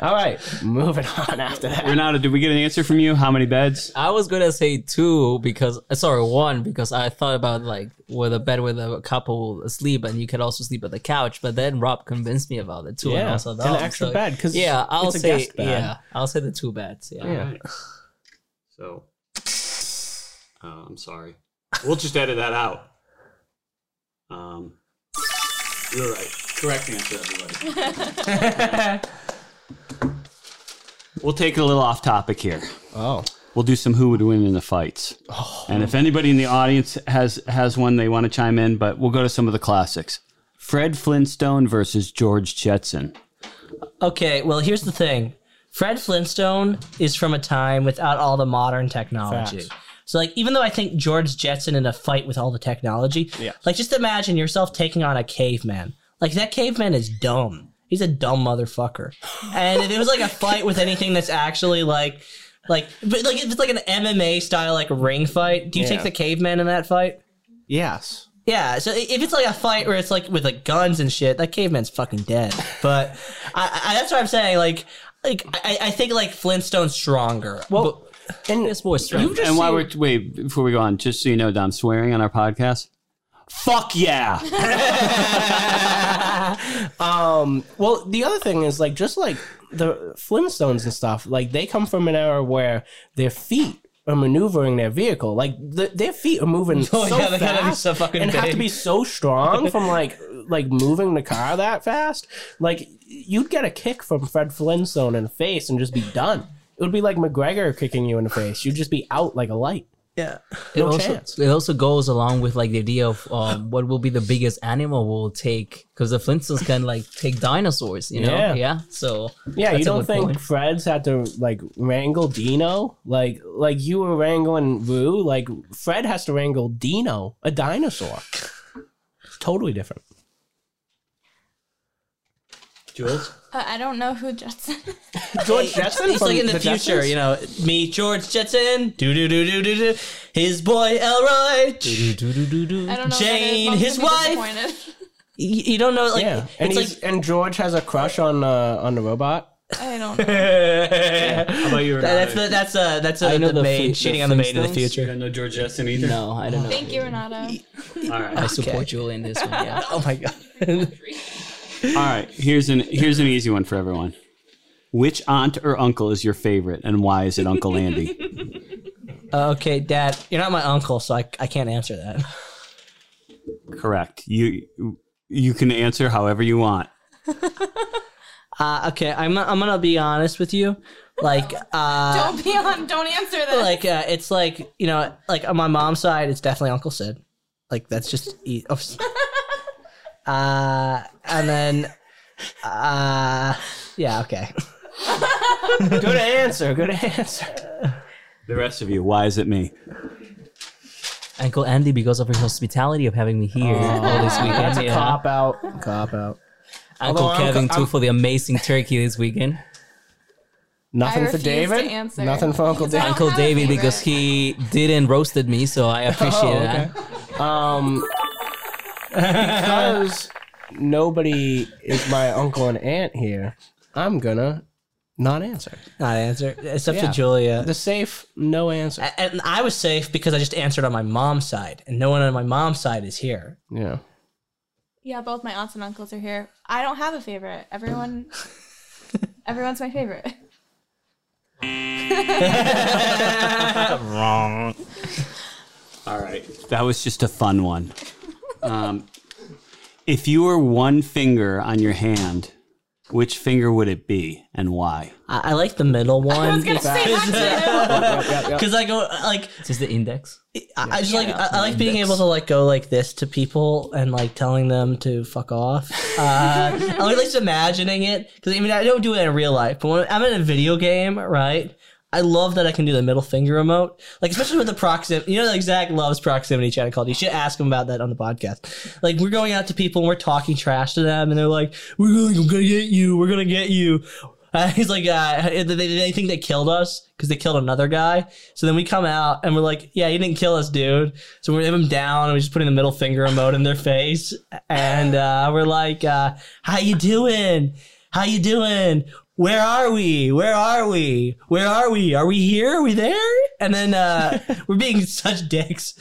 [SPEAKER 5] All right, moving on after that.
[SPEAKER 1] Renato, did we get an answer from you? How many beds?
[SPEAKER 6] I was gonna say two because uh, sorry one because I thought about like with a bed with a couple asleep and you could also sleep at the couch, but then Rob convinced me about the two and
[SPEAKER 5] Yeah,
[SPEAKER 6] also the
[SPEAKER 5] an
[SPEAKER 6] house.
[SPEAKER 5] extra bed, 'cause
[SPEAKER 6] yeah, I'll
[SPEAKER 5] it's a
[SPEAKER 6] say
[SPEAKER 5] guest bed. Mm,
[SPEAKER 6] yeah, I'll say the two beds. Yeah,
[SPEAKER 5] Yeah.
[SPEAKER 1] So, oh, I'm sorry. We'll just edit that out. Um, you're right. Correct answer, everybody. we'll take it a little off topic here.
[SPEAKER 5] Oh,
[SPEAKER 1] We'll do some who would win in the fights. And if anybody in the audience has has one they want to chime in, but we'll go to some of the classics. Fred Flintstone versus George Jetson.
[SPEAKER 2] Okay. Well, here's the thing. Fred Flintstone is from a time without all the modern technology.
[SPEAKER 5] Facts.
[SPEAKER 2] So, like, even though I think George Jetson in a fight with all the technology,
[SPEAKER 5] Yeah.
[SPEAKER 2] like, just imagine yourself taking on a caveman. Like, that caveman is dumb. He's a dumb motherfucker. And if it was like a fight with anything that's actually like, like, but like if it's like an MMA style like ring fight, do you take
[SPEAKER 5] Yeah.
[SPEAKER 2] the caveman in that fight?
[SPEAKER 5] yes.
[SPEAKER 2] Yeah, so i- if it's like a fight where it's like with like guns and shit, that caveman's fucking dead. But I, I that's what I'm saying. Like, like I, I think like Flintstone's stronger. Well,
[SPEAKER 5] And
[SPEAKER 6] it's more strength.
[SPEAKER 5] just
[SPEAKER 1] and while
[SPEAKER 5] seen-
[SPEAKER 1] we're wait before we go on, just so you know, Dom swearing on our podcast. Fuck yeah!
[SPEAKER 5] Um, well, the other thing is like just like the Flintstones and stuff, like they come from an era where their feet are maneuvering their vehicle. Like the, their feet are moving
[SPEAKER 2] Oh,
[SPEAKER 5] so
[SPEAKER 2] yeah, they
[SPEAKER 5] fast
[SPEAKER 2] gotta be so fucking
[SPEAKER 5] and have to
[SPEAKER 2] big.
[SPEAKER 5] be so strong from like like moving the car that fast. Like you'd get a kick from Fred Flintstone in the face and just be done. It would be like McGregor kicking you in the face. You'd just be out like a light.
[SPEAKER 2] yeah.
[SPEAKER 6] it
[SPEAKER 5] No
[SPEAKER 6] also
[SPEAKER 5] chance.
[SPEAKER 6] it also goes along with like the idea of um, what will be the biggest animal we'll take because the Flintstones can like take dinosaurs, you know?
[SPEAKER 5] Yeah.
[SPEAKER 6] Yeah. So
[SPEAKER 5] Yeah, you
[SPEAKER 6] that's a
[SPEAKER 5] don't
[SPEAKER 6] good
[SPEAKER 5] think
[SPEAKER 6] point.
[SPEAKER 5] Fred's had to like wrangle Dino? Like like you were wrangling Roo, like Fred has to wrangle Dino, a dinosaur. It's totally different.
[SPEAKER 1] Jules,
[SPEAKER 3] Uh, I don't know who Jetson. is.
[SPEAKER 5] George Jetson
[SPEAKER 2] It's
[SPEAKER 5] from
[SPEAKER 2] like in the, future,
[SPEAKER 5] Jetsons?
[SPEAKER 2] you know, me George Jetson, do do do do do do, his boy Elroy. You,
[SPEAKER 3] I don't know. who that is.
[SPEAKER 2] Jane,
[SPEAKER 3] Mom's
[SPEAKER 2] his
[SPEAKER 3] gonna be
[SPEAKER 2] wife.
[SPEAKER 3] disappointed.
[SPEAKER 2] you don't know, like
[SPEAKER 5] yeah, and
[SPEAKER 2] it's
[SPEAKER 5] he's,
[SPEAKER 2] like
[SPEAKER 5] and George has a crush on uh, on the robot.
[SPEAKER 3] I don't. know.
[SPEAKER 1] how about you?
[SPEAKER 2] that- that's the that's uh that's uh,
[SPEAKER 6] I know
[SPEAKER 2] the,
[SPEAKER 6] the
[SPEAKER 2] maid
[SPEAKER 6] Flin-
[SPEAKER 2] cheating
[SPEAKER 6] the
[SPEAKER 2] on the maid in the
[SPEAKER 6] Flintstones.
[SPEAKER 2] future.
[SPEAKER 1] don't know George Jetson either.
[SPEAKER 6] no, I don't know.
[SPEAKER 3] Thank you, Renato.
[SPEAKER 1] All right.
[SPEAKER 6] I support Julie in this one. Yeah.
[SPEAKER 2] Oh my god.
[SPEAKER 1] All right. Here's an here's an easy one for everyone. Which aunt or uncle is your favorite, and why is it Uncle Andy?
[SPEAKER 2] Uh, okay, Dad, you're not my uncle, so I I can't answer that.
[SPEAKER 1] Correct. You you can answer however you want.
[SPEAKER 2] Uh, okay, I'm I'm gonna be honest with you, like uh,
[SPEAKER 3] don't be on. Don't answer that.
[SPEAKER 2] like uh, it's like you know, like on my mom's side, it's definitely Uncle Sid, like that's just e- oh, s- uh, and then uh, yeah, okay,
[SPEAKER 5] Good answer, good answer.
[SPEAKER 1] The rest of you, why is it me?
[SPEAKER 6] Uncle Andy because of his hospitality of having me here
[SPEAKER 2] Oh.
[SPEAKER 6] all this weekend. yeah.
[SPEAKER 5] Cop out, cop out.
[SPEAKER 6] Uncle
[SPEAKER 5] Although I'm
[SPEAKER 6] Kevin
[SPEAKER 5] co-
[SPEAKER 6] too
[SPEAKER 5] I'm-
[SPEAKER 6] for the amazing turkey this weekend.
[SPEAKER 5] Nothing
[SPEAKER 3] I
[SPEAKER 5] for
[SPEAKER 3] refuse to
[SPEAKER 5] David.
[SPEAKER 3] answer.
[SPEAKER 5] Nothing for Uncle
[SPEAKER 3] Because I
[SPEAKER 5] David.
[SPEAKER 3] don't
[SPEAKER 6] Uncle
[SPEAKER 3] have a
[SPEAKER 6] David because
[SPEAKER 3] favorite.
[SPEAKER 6] he didn't roasted me, so I appreciate
[SPEAKER 5] Oh,
[SPEAKER 6] that.
[SPEAKER 5] Um, because nobody is my uncle and aunt here, I'm gonna Not answer.
[SPEAKER 2] Not answer. It's up
[SPEAKER 5] Yeah.
[SPEAKER 2] to Julia.
[SPEAKER 5] The safe, no answer.
[SPEAKER 2] A- and I was safe because I just answered on my mom's side, and no one on my mom's side is here.
[SPEAKER 5] yeah.
[SPEAKER 3] Yeah, both my aunts and uncles are here. I don't have a favorite. Everyone, everyone's my favorite.
[SPEAKER 1] All right. That was just a fun one. Um, if you were one finger on your hand, which finger would it be and why?
[SPEAKER 2] I, I like the middle one.
[SPEAKER 3] I was gonna say that too.
[SPEAKER 2] because I go like
[SPEAKER 6] Is this the index?
[SPEAKER 2] I, I just like I, I like being able to like go like this to people and like telling them to fuck off. Uh, I'm like just imagining it because I mean I don't do it in real life, but when I'm in a video game, right? I love that I can do the middle finger remote, like especially with the proximity. You know, like Zach loves proximity chat called. You should ask him about that on the podcast. Like we're going out to people and we're talking trash to them, and they're like, "We're gonna, we're gonna get you. We're gonna get you." Uh, he's like, uh, they, they think they killed us because they killed another guy. So then we come out and we're like, yeah, you didn't kill us, dude. So we have him down and we just putting the middle finger emote in their face, and uh, we're like, uh, how you doing? How you doing? Where are we? Where are we? Where are we? Are we here? Are we there? And then uh, we're being such dicks.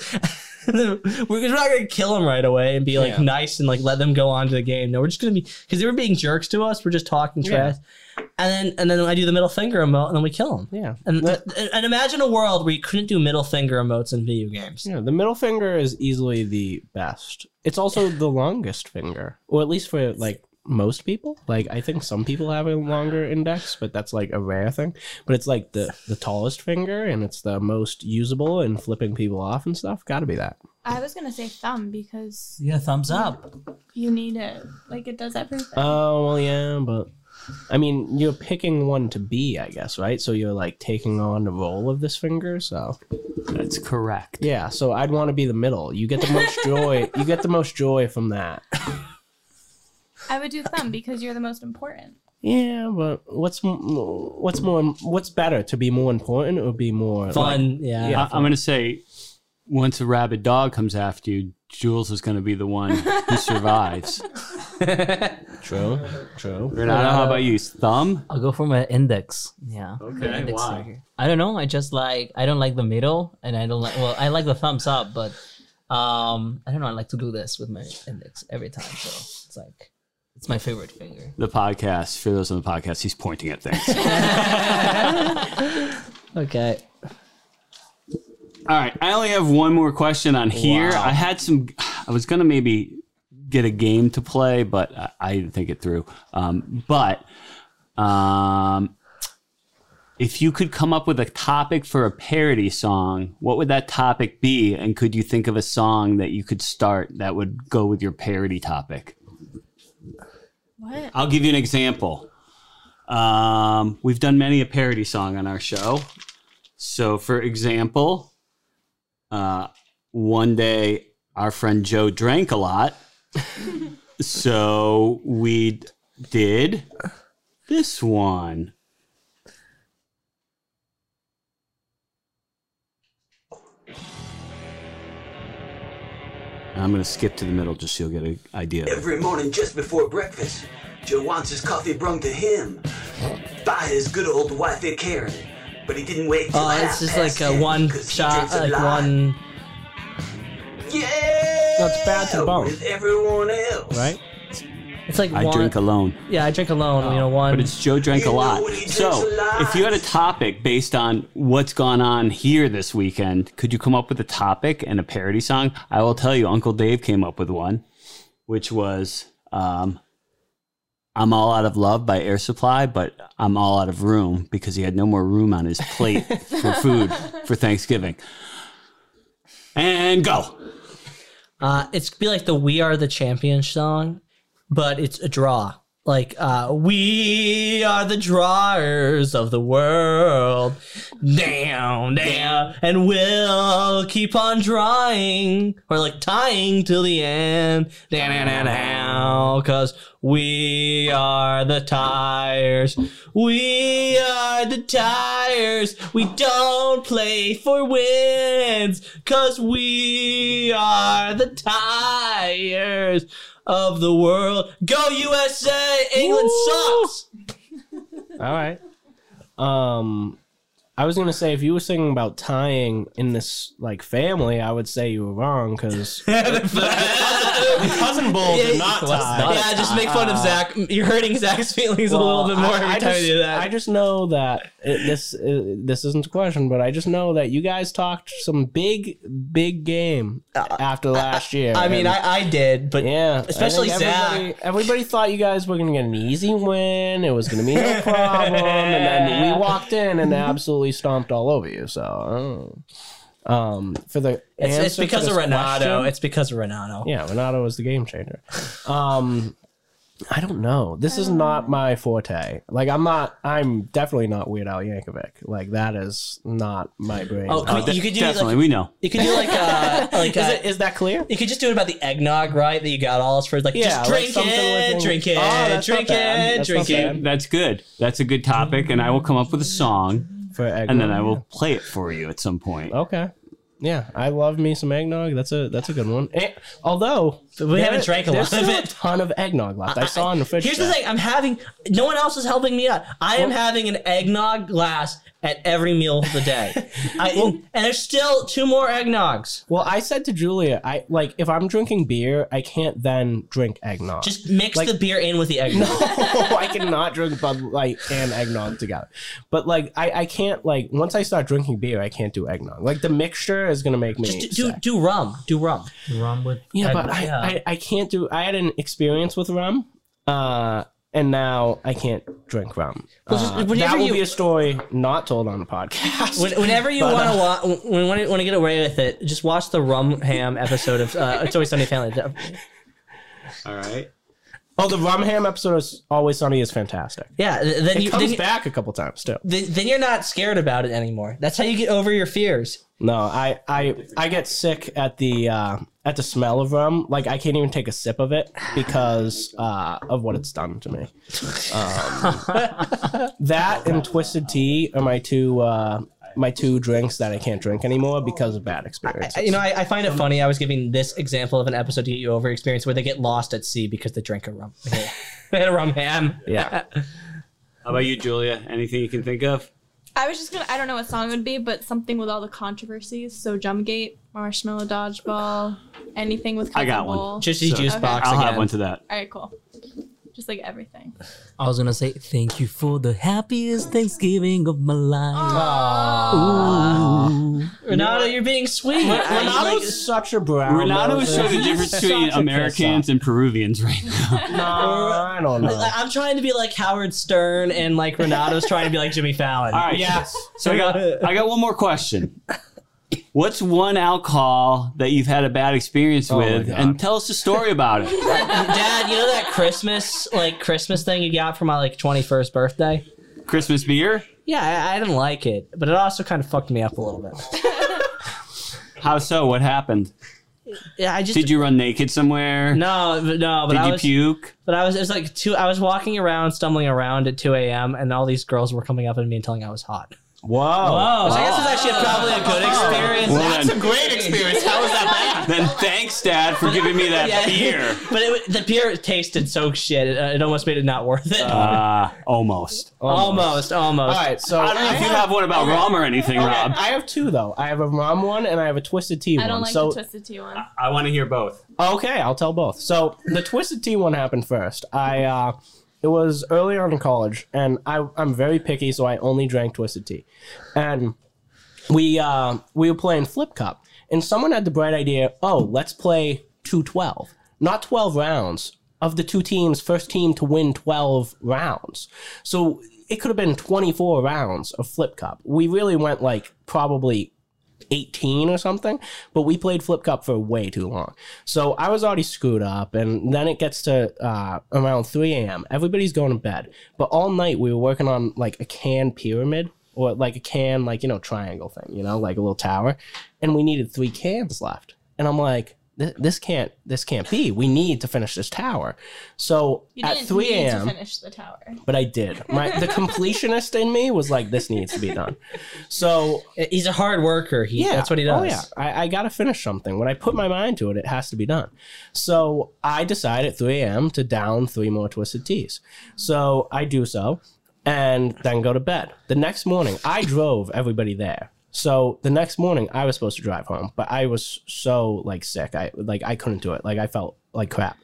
[SPEAKER 2] we're we're not gonna kill them right away and be like
[SPEAKER 5] Yeah.
[SPEAKER 2] nice and like let them go on to the game. No, we're just gonna be because they were being jerks to us. We're just talking trash, and then and then I do the middle finger emote, and then we kill them.
[SPEAKER 5] Yeah.
[SPEAKER 2] And,
[SPEAKER 5] The-
[SPEAKER 2] and- and imagine a world where you couldn't do middle finger emotes in video games.
[SPEAKER 5] Yeah, the middle finger is easily the best. It's also the longest finger, or at least for like most people. Like I think some people have a longer index, but that's like a rare thing. But it's like the the tallest finger, and it's the most usable in flipping people off and stuff. Got to be that.
[SPEAKER 3] I was gonna say thumb because
[SPEAKER 6] Yeah, thumbs up.
[SPEAKER 3] you need it. Like it does everything.
[SPEAKER 5] Oh well, yeah, but I mean, you're picking one to be, I guess, right? So you're like taking on the role of this finger. So
[SPEAKER 1] That's correct.
[SPEAKER 5] yeah, so I'd want to be the middle. You get the most joy. You get the most joy from that.
[SPEAKER 3] I would do thumb because you're the most important.
[SPEAKER 5] Yeah, but what's m- what's more what's better to be more important or be more like-
[SPEAKER 2] Fun, yeah.
[SPEAKER 5] Yeah.
[SPEAKER 1] I, am going to say once a rabid dog comes after you, Jules is going to be the one who survives.
[SPEAKER 5] true, true.
[SPEAKER 1] Renato, how about you? Thumb?
[SPEAKER 6] I'll go for my index. Yeah.
[SPEAKER 1] Okay,
[SPEAKER 6] My index
[SPEAKER 1] why?
[SPEAKER 6] finger. I don't know. I just like I don't like the middle, and I don't like. Well, I like the thumbs up, but um, I don't know. I like to do this with my index every time. So it's like it's my favorite finger.
[SPEAKER 1] The podcast, for those on the podcast, he's pointing at things.
[SPEAKER 6] Okay.
[SPEAKER 1] All right, I only have one more question on here. I had some. I was gonna maybe get a game to play, but I, I didn't think it through. Um, but um, if you could come up with a topic for a parody song, what would that topic be? And could you think of a song that you could start that would go with your parody topic?
[SPEAKER 3] What?
[SPEAKER 1] I'll give you an example. Um, we've done many a parody song on our show. So, for example, uh, one day our friend Joe drank a lot. so we did this one. I'm going to skip to the middle just so you'll get an idea. of it.
[SPEAKER 7] Every morning just before breakfast, Joe wants his coffee brung to him by his good old wifey Karen. But he didn't wait till
[SPEAKER 2] Uh,
[SPEAKER 7] half
[SPEAKER 2] it's just
[SPEAKER 7] past
[SPEAKER 2] like a
[SPEAKER 7] 10,
[SPEAKER 2] one
[SPEAKER 7] 'cause he
[SPEAKER 2] shot,
[SPEAKER 7] drinks a
[SPEAKER 2] like
[SPEAKER 7] lot.
[SPEAKER 2] one.
[SPEAKER 7] Yeah,
[SPEAKER 5] That's bad to the bone.
[SPEAKER 7] With everyone else,
[SPEAKER 5] Right?
[SPEAKER 2] It's like
[SPEAKER 1] I
[SPEAKER 2] one.
[SPEAKER 1] drink alone.
[SPEAKER 2] yeah, I drink alone. you know, one.
[SPEAKER 1] But it's Joe drank a
[SPEAKER 7] You know
[SPEAKER 1] lot.
[SPEAKER 7] when he drinks
[SPEAKER 1] So,
[SPEAKER 7] a lot.
[SPEAKER 1] if you had a topic based on what's gone on here this weekend, could you come up with a topic and a parody song? I will tell you, Uncle Dave came up with one, which was um, I'm All Out of Love by Air Supply, but I'm All Out of Room because he had no more room on his plate for food for Thanksgiving. And go.
[SPEAKER 2] Uh, it's be like the "We Are the Champions" song, but it's a draw. Like uh, we are the drawers of the world, down, down, and we'll keep on drawing, or like tying till the end, down, down, down, down, cause we are the tires, we are the tires, we don't play for wins, cause we are the tires of the world. Go USA! England sucks!
[SPEAKER 5] All right. Um, I was gonna say if you were singing about tying in this like family, I would say you were wrong because
[SPEAKER 4] Cousin Bull did not
[SPEAKER 6] What's
[SPEAKER 4] tie.
[SPEAKER 6] not-
[SPEAKER 2] yeah, just make fun of Zach. You're hurting Zach's feelings a little bit more every
[SPEAKER 5] Uh-uh. Uh, I, I
[SPEAKER 2] time
[SPEAKER 5] just,
[SPEAKER 2] you do that.
[SPEAKER 5] I just know that it, this uh, this isn't a question, but I just know that you guys talked some big big game after last year.
[SPEAKER 2] Uh, I mean,
[SPEAKER 5] and-
[SPEAKER 2] I, I did, but
[SPEAKER 5] Yeah, I
[SPEAKER 2] especially
[SPEAKER 5] think
[SPEAKER 2] Zach.
[SPEAKER 5] Everybody, everybody thought you guys were going to get an easy win. It was going to be no problem, and then we walked in and absolutely stomped all over you. So, I don't know. um, for the
[SPEAKER 2] it's, it's
[SPEAKER 5] answer to
[SPEAKER 2] because of
[SPEAKER 5] this
[SPEAKER 2] Renato.
[SPEAKER 5] question-
[SPEAKER 2] It's because of Renato.
[SPEAKER 5] yeah, Renato was the game changer. Um, I don't know. This is not my forte. Like, I'm not. I'm definitely not Weird Al Yankovic. Like, that is not my brain.
[SPEAKER 2] Oh, could, you could do
[SPEAKER 1] Definitely,
[SPEAKER 2] like
[SPEAKER 1] we know.
[SPEAKER 2] you could do like uh like
[SPEAKER 5] is,
[SPEAKER 2] uh,
[SPEAKER 5] it, is that clear?
[SPEAKER 2] you could just do it about the eggnog, right? That you got all us for like
[SPEAKER 5] Yeah,
[SPEAKER 2] just
[SPEAKER 5] like
[SPEAKER 2] drink
[SPEAKER 5] something
[SPEAKER 2] it,
[SPEAKER 5] with-
[SPEAKER 2] drink it,
[SPEAKER 5] Oh, that's not
[SPEAKER 2] drink
[SPEAKER 5] bad.
[SPEAKER 2] it,
[SPEAKER 5] That's
[SPEAKER 2] drink
[SPEAKER 5] not
[SPEAKER 2] it.
[SPEAKER 5] bad.
[SPEAKER 1] And That's good. That's a good topic, and I will come up with a song,
[SPEAKER 5] For
[SPEAKER 1] and then
[SPEAKER 5] eggnog?
[SPEAKER 1] I will play it for you at some point.
[SPEAKER 5] Okay. Yeah, I love me some eggnog. That's a that's a good one. Eh, although we
[SPEAKER 2] haven't drank a lot of
[SPEAKER 5] still
[SPEAKER 2] it.
[SPEAKER 5] a ton of eggnog left. I, saw in the fridge.
[SPEAKER 2] Here's the
[SPEAKER 5] today.
[SPEAKER 2] thing: I'm having no one else is helping me out. I am having an eggnog glass at every meal of the day, I, and there's still two more eggnogs.
[SPEAKER 5] Well, I said to Julia, I like if I'm drinking beer, I can't then drink eggnog.
[SPEAKER 2] Just mix
[SPEAKER 5] Like-
[SPEAKER 2] the beer in with the eggnog.
[SPEAKER 5] I cannot drink Bud Light and eggnog together. But like I, I can't like once I start drinking beer, I can't do eggnog. Like the mixture is gonna make me
[SPEAKER 2] Just do, do
[SPEAKER 5] sick.
[SPEAKER 2] do rum, do rum.
[SPEAKER 6] Rum with
[SPEAKER 5] Yeah, but
[SPEAKER 6] eggnog.
[SPEAKER 5] I,
[SPEAKER 6] Yeah.
[SPEAKER 5] I I can't do. I had an experience with rum, uh, and now I can't drink rum.
[SPEAKER 2] Well, just-
[SPEAKER 5] Uh, that
[SPEAKER 2] whenever
[SPEAKER 5] will
[SPEAKER 2] you-
[SPEAKER 5] be a uh, story not told on the podcast.
[SPEAKER 2] When, whenever you want to wa- when want to get away with it, just watch the rum ham episode of uh, It's Always Sunny Family.
[SPEAKER 1] All right.
[SPEAKER 5] oh, the rum ham episode is always sunny is fantastic.
[SPEAKER 2] Yeah, th- then
[SPEAKER 5] It
[SPEAKER 2] you then,
[SPEAKER 5] comes
[SPEAKER 2] you-
[SPEAKER 5] back a couple times too.
[SPEAKER 2] then, then you're not scared about it anymore. That's how you get over your fears.
[SPEAKER 5] No, I I I get sick at the uh, at the smell of rum. Like I can't even take a sip of it because uh, of what it's done to me. Um, that and twisted tea are my two uh, my two drinks that I can't drink anymore because of bad experiences.
[SPEAKER 2] I- you know, I, I find it funny. I was giving this example of an episode to get you over experience where they get lost at sea because they drink a rum. they had a rum ham.
[SPEAKER 5] yeah.
[SPEAKER 1] How about you, Julia? Anything you can think of?
[SPEAKER 3] I was just gonna. I don't know what song it would be, but something with all the controversies. So Jumgate, Marshmallow Dodgeball, anything with.
[SPEAKER 1] I got
[SPEAKER 3] Cousin
[SPEAKER 1] one.
[SPEAKER 3] Bowl.
[SPEAKER 2] Just a
[SPEAKER 1] So-
[SPEAKER 2] juice
[SPEAKER 3] Okay.
[SPEAKER 2] box.
[SPEAKER 1] I'll
[SPEAKER 2] again.
[SPEAKER 1] have one to that.
[SPEAKER 3] All right, cool. Just like everything.
[SPEAKER 6] I was gonna say thank you for the happiest Thanksgiving of my life.
[SPEAKER 2] Renato, you're being sweet.
[SPEAKER 5] Renato's such a brown.
[SPEAKER 1] Renato is showing the difference between Americans and Peruvians right now.
[SPEAKER 5] No, I don't know.
[SPEAKER 2] I- I'm trying to be like Howard Stern, and like Renato's trying to be like Jimmy Fallon.
[SPEAKER 1] All right.
[SPEAKER 5] Yes.
[SPEAKER 1] So I got I got one more question. What's one alcohol that you've had a bad experience
[SPEAKER 2] Oh
[SPEAKER 5] my
[SPEAKER 1] with,
[SPEAKER 5] God.
[SPEAKER 1] and tell us a story about it.
[SPEAKER 2] Dad, you know that Christmas like Christmas thing you got for my like 21st birthday?
[SPEAKER 1] Christmas beer,
[SPEAKER 2] Yeah, I, I didn't like it, but it also kind of fucked me up a little bit.
[SPEAKER 1] how so? What happened?
[SPEAKER 2] Yeah, I just
[SPEAKER 1] Did you run naked somewhere?
[SPEAKER 2] no, but- no, but
[SPEAKER 1] Did
[SPEAKER 2] I
[SPEAKER 1] you
[SPEAKER 2] was
[SPEAKER 1] puke?
[SPEAKER 2] but I was it was like two. I was walking around, stumbling around at 2 a.m., and all these girls were coming up at me and telling I was hot.
[SPEAKER 5] Whoa. Whoa.
[SPEAKER 2] So I guess it's actually probably a good experience.
[SPEAKER 1] Oh. Well, That's then- a
[SPEAKER 2] great experience. How was that bad?
[SPEAKER 1] Then thanks, Dad, for giving me that
[SPEAKER 2] Yeah.
[SPEAKER 1] beer.
[SPEAKER 2] But it, wa- the beer tasted so shit. It, uh, it almost made it not worth it.
[SPEAKER 1] Uh, almost.
[SPEAKER 2] almost, almost.
[SPEAKER 5] All right, Oh so
[SPEAKER 1] I don't know if you have one about rum or anything, Rob.
[SPEAKER 5] I have two though. I have a rum one and I have a twisted tea
[SPEAKER 3] I don't
[SPEAKER 5] one.
[SPEAKER 3] like
[SPEAKER 5] so
[SPEAKER 3] the twisted tea one.
[SPEAKER 1] I want to hear both.
[SPEAKER 5] Okay, I'll tell both. So the twisted tea one happened first. I uh, it was early on in college, and I I'm very picky, so I only drank twisted tea, and we uh, we were playing flip cup, and someone had the bright idea. Oh, let's play two twelve, not twelve rounds of the two teams. First team to win twelve rounds. So it could have been twenty four rounds of flip cup. We really went like probably 18 or something, but we played Flip Cup for way too long. So I was already screwed up, and then it gets to uh, around 3 a.m. Everybody's going to bed, but all night we were working on like a can pyramid or like a can, like, you know, triangle thing, you know, like a little tower, and we needed three cans left. And I'm like, "Th- this can't, this can't be. We need to finish this tower. So
[SPEAKER 3] You
[SPEAKER 5] at
[SPEAKER 3] didn't
[SPEAKER 5] 3
[SPEAKER 3] need to
[SPEAKER 5] a.m.,
[SPEAKER 3] finish the tower.
[SPEAKER 5] but I did. My the completionist in me was like, this needs to be done. So
[SPEAKER 2] He's a hard worker. He,
[SPEAKER 5] yeah,
[SPEAKER 2] that's what he does.
[SPEAKER 5] Oh yeah, I, I gotta finish something. When I put my mind to it, it has to be done. So I decide at 3 a.m. to down three more twisted teas. So I do so, and then go to bed. The next morning, I drove everybody there. So the next morning, I was supposed to drive home, but I was so like sick. I like I couldn't do it. Like I felt like crap.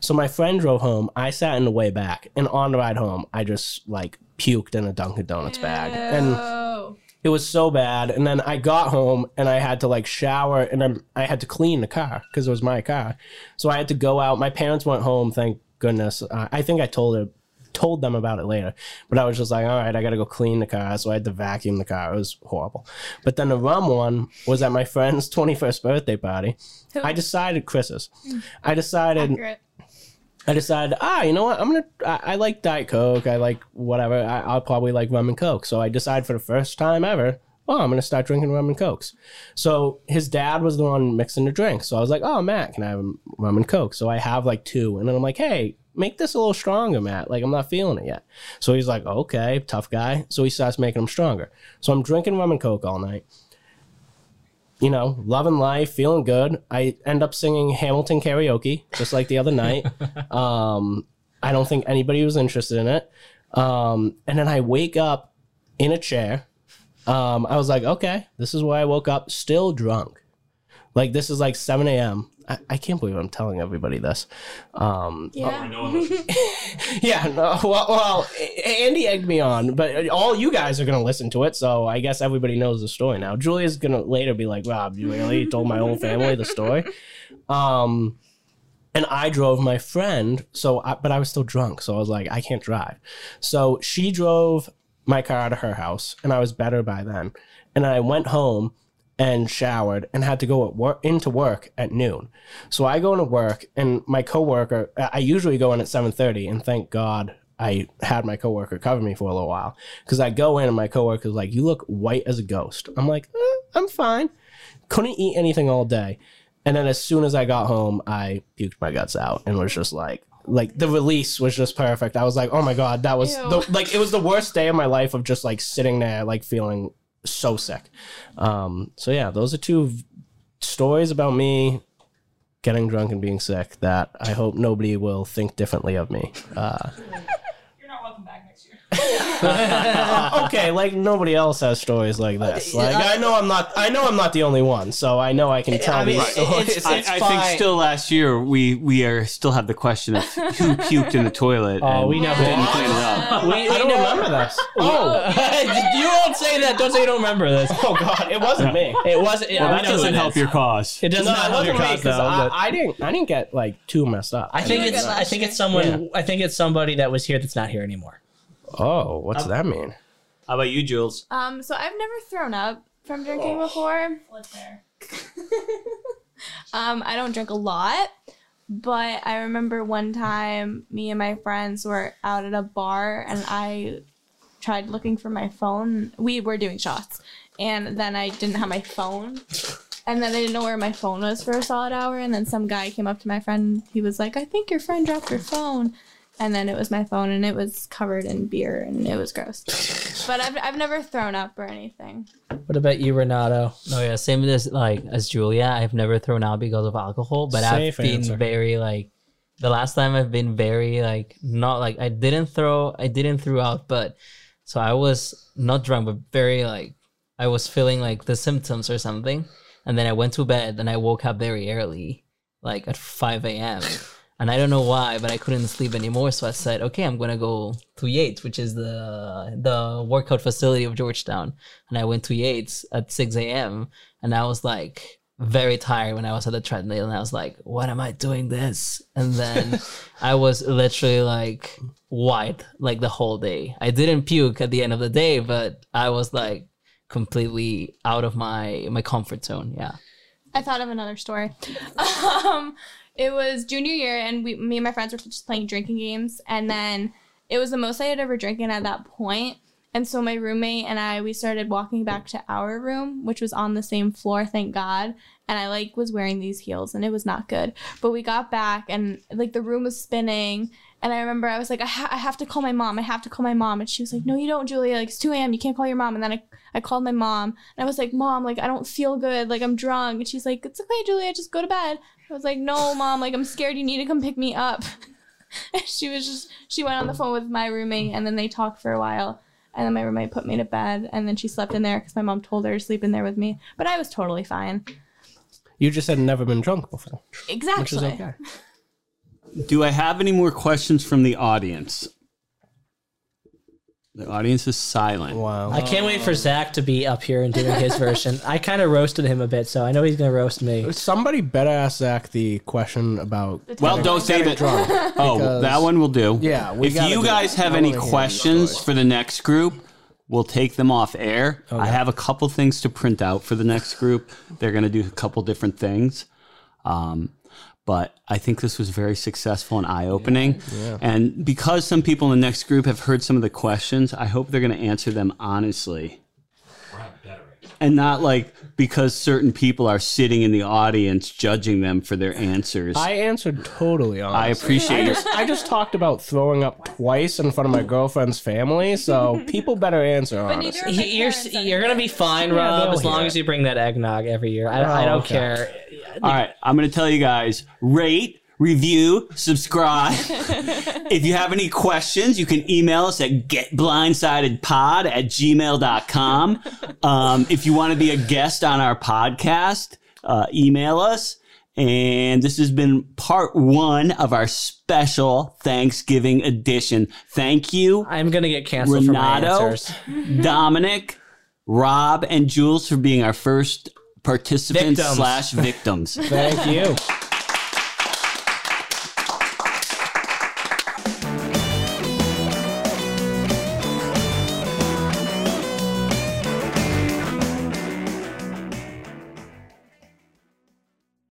[SPEAKER 5] So my friend drove home. I sat in the way back, and on the ride home, I just like puked in a Dunkin' Donuts bag, and
[SPEAKER 3] Oh.
[SPEAKER 5] it was so bad. And then I got home and I had to like shower and then I had to clean the car because it was my car. So I had to go out. My parents went home. Thank goodness. Uh, I think I told her, told them about it later, but I was just like, all right, I got to go clean the car. So I had to vacuum the car. It was horrible. But then the rum one was at my friend's 21st birthday party.
[SPEAKER 3] Who?
[SPEAKER 5] I decided Chris's. I decided.
[SPEAKER 3] Accurate.
[SPEAKER 5] I decided, ah, you know what? I'm gonna. I, I like Diet Coke. I like whatever. I, I'll probably like rum and coke. So I decided for the first time ever, oh, I'm gonna start drinking rum and cokes. So his dad was the one mixing the drink. So I was like, oh, Matt, can I have a rum and coke? So I have like two, and then I'm like, hey, make this a little stronger, Matt. Like I'm not feeling it yet. So he's like, okay, tough guy. So he starts making them stronger. So I'm drinking rum and coke all night you know, loving life, feeling good. I end up singing Hamilton karaoke, just like the other night. Um, I don't think anybody was interested in it. Um, and then I wake up in a chair. Um, I was like, okay, this is where I woke up, still drunk. Like, this is like 7 a.m. I, I can't believe I'm telling everybody this.
[SPEAKER 1] Oh,
[SPEAKER 5] Um,
[SPEAKER 3] Yeah.
[SPEAKER 5] yeah, no, well, well, Andy egged me on, but all you guys are going to listen to it, so I guess everybody knows the story now. Julia's going to later be like, Rob, you really told my whole family the story? Um, and I drove my friend, so I, but I was still drunk, so I was like, I can't drive. So she drove my car to her house, and I was better by then. And I went home and showered and had to go at work into work at noon. So I go into work, and my coworker. I I usually go in at seven thirty, and thank God I had my coworker cover me for a little while because I go in and my coworker's like, "You look white as a ghost." I'm like, eh, "I'm fine." Couldn't eat anything all day, and then as soon as I got home, I puked my guts out and was just like. Like the release was just perfect. I was like, "Oh my god, that was
[SPEAKER 3] Ew.
[SPEAKER 5] the, like it was the worst day of my life of just like sitting there, like feeling so sick." Um, so yeah, those are two v- stories about me getting drunk and being sick that I hope nobody will think differently of me. Uh, okay, like nobody else has stories like this. Like I know I'm not, I know I'm not the only one, so I know I can tell
[SPEAKER 2] I mean,
[SPEAKER 5] these
[SPEAKER 2] it-
[SPEAKER 5] stories.
[SPEAKER 2] it's, it's
[SPEAKER 1] I, I think
[SPEAKER 2] fine.
[SPEAKER 1] still last year we we are still have the question of who puked in the toilet.
[SPEAKER 5] Oh,
[SPEAKER 1] and
[SPEAKER 5] we never-
[SPEAKER 1] didn't clean it up.
[SPEAKER 5] We- I don't remember this. Oh,
[SPEAKER 2] you won't say that. Don't say you don't remember this.
[SPEAKER 5] oh God, it wasn't me.
[SPEAKER 2] It wasn't.
[SPEAKER 1] Well,
[SPEAKER 2] I
[SPEAKER 1] that
[SPEAKER 2] know who
[SPEAKER 1] doesn't
[SPEAKER 2] it
[SPEAKER 1] help
[SPEAKER 2] is.
[SPEAKER 1] your cause.
[SPEAKER 2] It does
[SPEAKER 5] No,
[SPEAKER 2] not
[SPEAKER 5] it
[SPEAKER 2] help
[SPEAKER 5] wasn't
[SPEAKER 2] your
[SPEAKER 5] me
[SPEAKER 2] cause,
[SPEAKER 5] 'cause
[SPEAKER 2] though.
[SPEAKER 5] I,
[SPEAKER 2] but-
[SPEAKER 5] I didn't, I didn't get like too messed up.
[SPEAKER 2] I think
[SPEAKER 3] You
[SPEAKER 2] it's.
[SPEAKER 3] did
[SPEAKER 2] I
[SPEAKER 3] last
[SPEAKER 2] think
[SPEAKER 3] year.
[SPEAKER 2] it's someone. I think it's somebody that was here that's not here anymore.
[SPEAKER 5] oh,
[SPEAKER 2] Uh,
[SPEAKER 5] what's that mean?
[SPEAKER 1] How about you, Jules?
[SPEAKER 3] Um, so I've never thrown up from drinking before. um, I don't drink a lot, but I remember one time me and my friends were out at a bar and I tried looking for my phone. We were doing shots, and then I didn't have my phone. And then I didn't know where my phone was for a solid hour. And then some guy came up to my friend. He was like, I think your friend dropped your phone. And then it was my phone, and it was covered in beer, and it was gross. But I've, I've never thrown up or anything.
[SPEAKER 2] What about you, Renato?
[SPEAKER 6] No, Oh, yeah, same as like as Julia. I've never thrown out because of alcohol, but
[SPEAKER 5] Safe
[SPEAKER 6] I've been
[SPEAKER 5] answer.
[SPEAKER 6] very like the last time I've been very like not like I didn't throw I didn't throw out, but so I was not drunk, but very like I was feeling like the symptoms or something, and then I went to bed and I woke up very early, like at five a.m. And I don't know why, but I couldn't sleep anymore. So I said, okay, I'm gonna go to Yates, which is the the workout facility of Georgetown. And I went to Yates at 6 a.m. and I was like very tired when I was at the treadmill. And I was like, what am I doing this? And then I was literally like white like the whole day. I didn't puke at the end of the day, but I was like completely out of my my comfort zone. Yeah.
[SPEAKER 3] I thought of another story. Um, it was junior year, and we, me and my friends were just playing drinking games, and then it was the most I had ever drinking at that point. And so my roommate and I, we started walking back to our room, which was on the same floor, thank God. And I like was wearing these heels, and it was not good. But we got back, and like the room was spinning. And I remember I was like, I, ha- I have to call my mom. I have to call my mom. And she was like, No, you don't, Julia. Like it's 2 a.m. You can't call your mom. And then I, I called my mom, and I was like, Mom, like I don't feel good. Like I'm drunk. And she's like, It's okay, Julia. Just go to bed. I was like, No, mom. Like I'm scared. You need to come pick me up. she was just she went on the phone with my roommate and then they talked for a while and then my roommate put me to bed and then she slept in there because my mom told her to sleep in there with me but i was totally fine
[SPEAKER 5] You just had never been drunk before,
[SPEAKER 3] exactly
[SPEAKER 5] which is okay.
[SPEAKER 1] Do I have any more questions from the audience? The audience is silent.
[SPEAKER 5] Wow.
[SPEAKER 2] I can't wait for Zach to be up here and doing his version. I kind of roasted him a bit, so I know he's gonna roast me.
[SPEAKER 5] Somebody better ask Zach the question about.
[SPEAKER 1] Well, don't save it. Oh, that one will do.
[SPEAKER 5] Yeah, we
[SPEAKER 1] If
[SPEAKER 5] gotta
[SPEAKER 1] you
[SPEAKER 5] do
[SPEAKER 1] guys
[SPEAKER 5] it.
[SPEAKER 1] have
[SPEAKER 5] I
[SPEAKER 1] any
[SPEAKER 5] wanna hear
[SPEAKER 1] questions for the next group, we'll take them off air. I have a couple things to print out for the next group. They're going to do a couple different things. Um, but I think this was very successful and eye opening. And because some people in the next group have heard some of the questions, I hope they're going to answer them honestly. And not like because certain people are sitting in the audience judging them for their answers.
[SPEAKER 5] I answered totally on.
[SPEAKER 1] I appreciate it.
[SPEAKER 5] I just talked about throwing up twice in front of my girlfriend's family, so people better answer
[SPEAKER 3] but
[SPEAKER 5] on it.
[SPEAKER 3] neither of my
[SPEAKER 2] He- You're
[SPEAKER 3] parents
[SPEAKER 2] you're gonna be fine, Rob,
[SPEAKER 5] they'll
[SPEAKER 2] as long
[SPEAKER 5] hear
[SPEAKER 2] as you bring that eggnog every year. I, I don't
[SPEAKER 5] okay.
[SPEAKER 2] care.
[SPEAKER 1] All right, I'm going to tell you guys rate, review, subscribe. if you have any questions, you can email us at getblindsidedpod at gmail.com. Um, if you want to be a guest on our podcast, uh, email us. And this has been part one of our special Thanksgiving edition. Thank you,
[SPEAKER 2] I'm gonna get canceled for my
[SPEAKER 1] Renato,
[SPEAKER 2] answers.
[SPEAKER 1] Dominic, Rob, and Jules for being our first participants
[SPEAKER 2] Victims.
[SPEAKER 1] slash victims.
[SPEAKER 5] Thank you.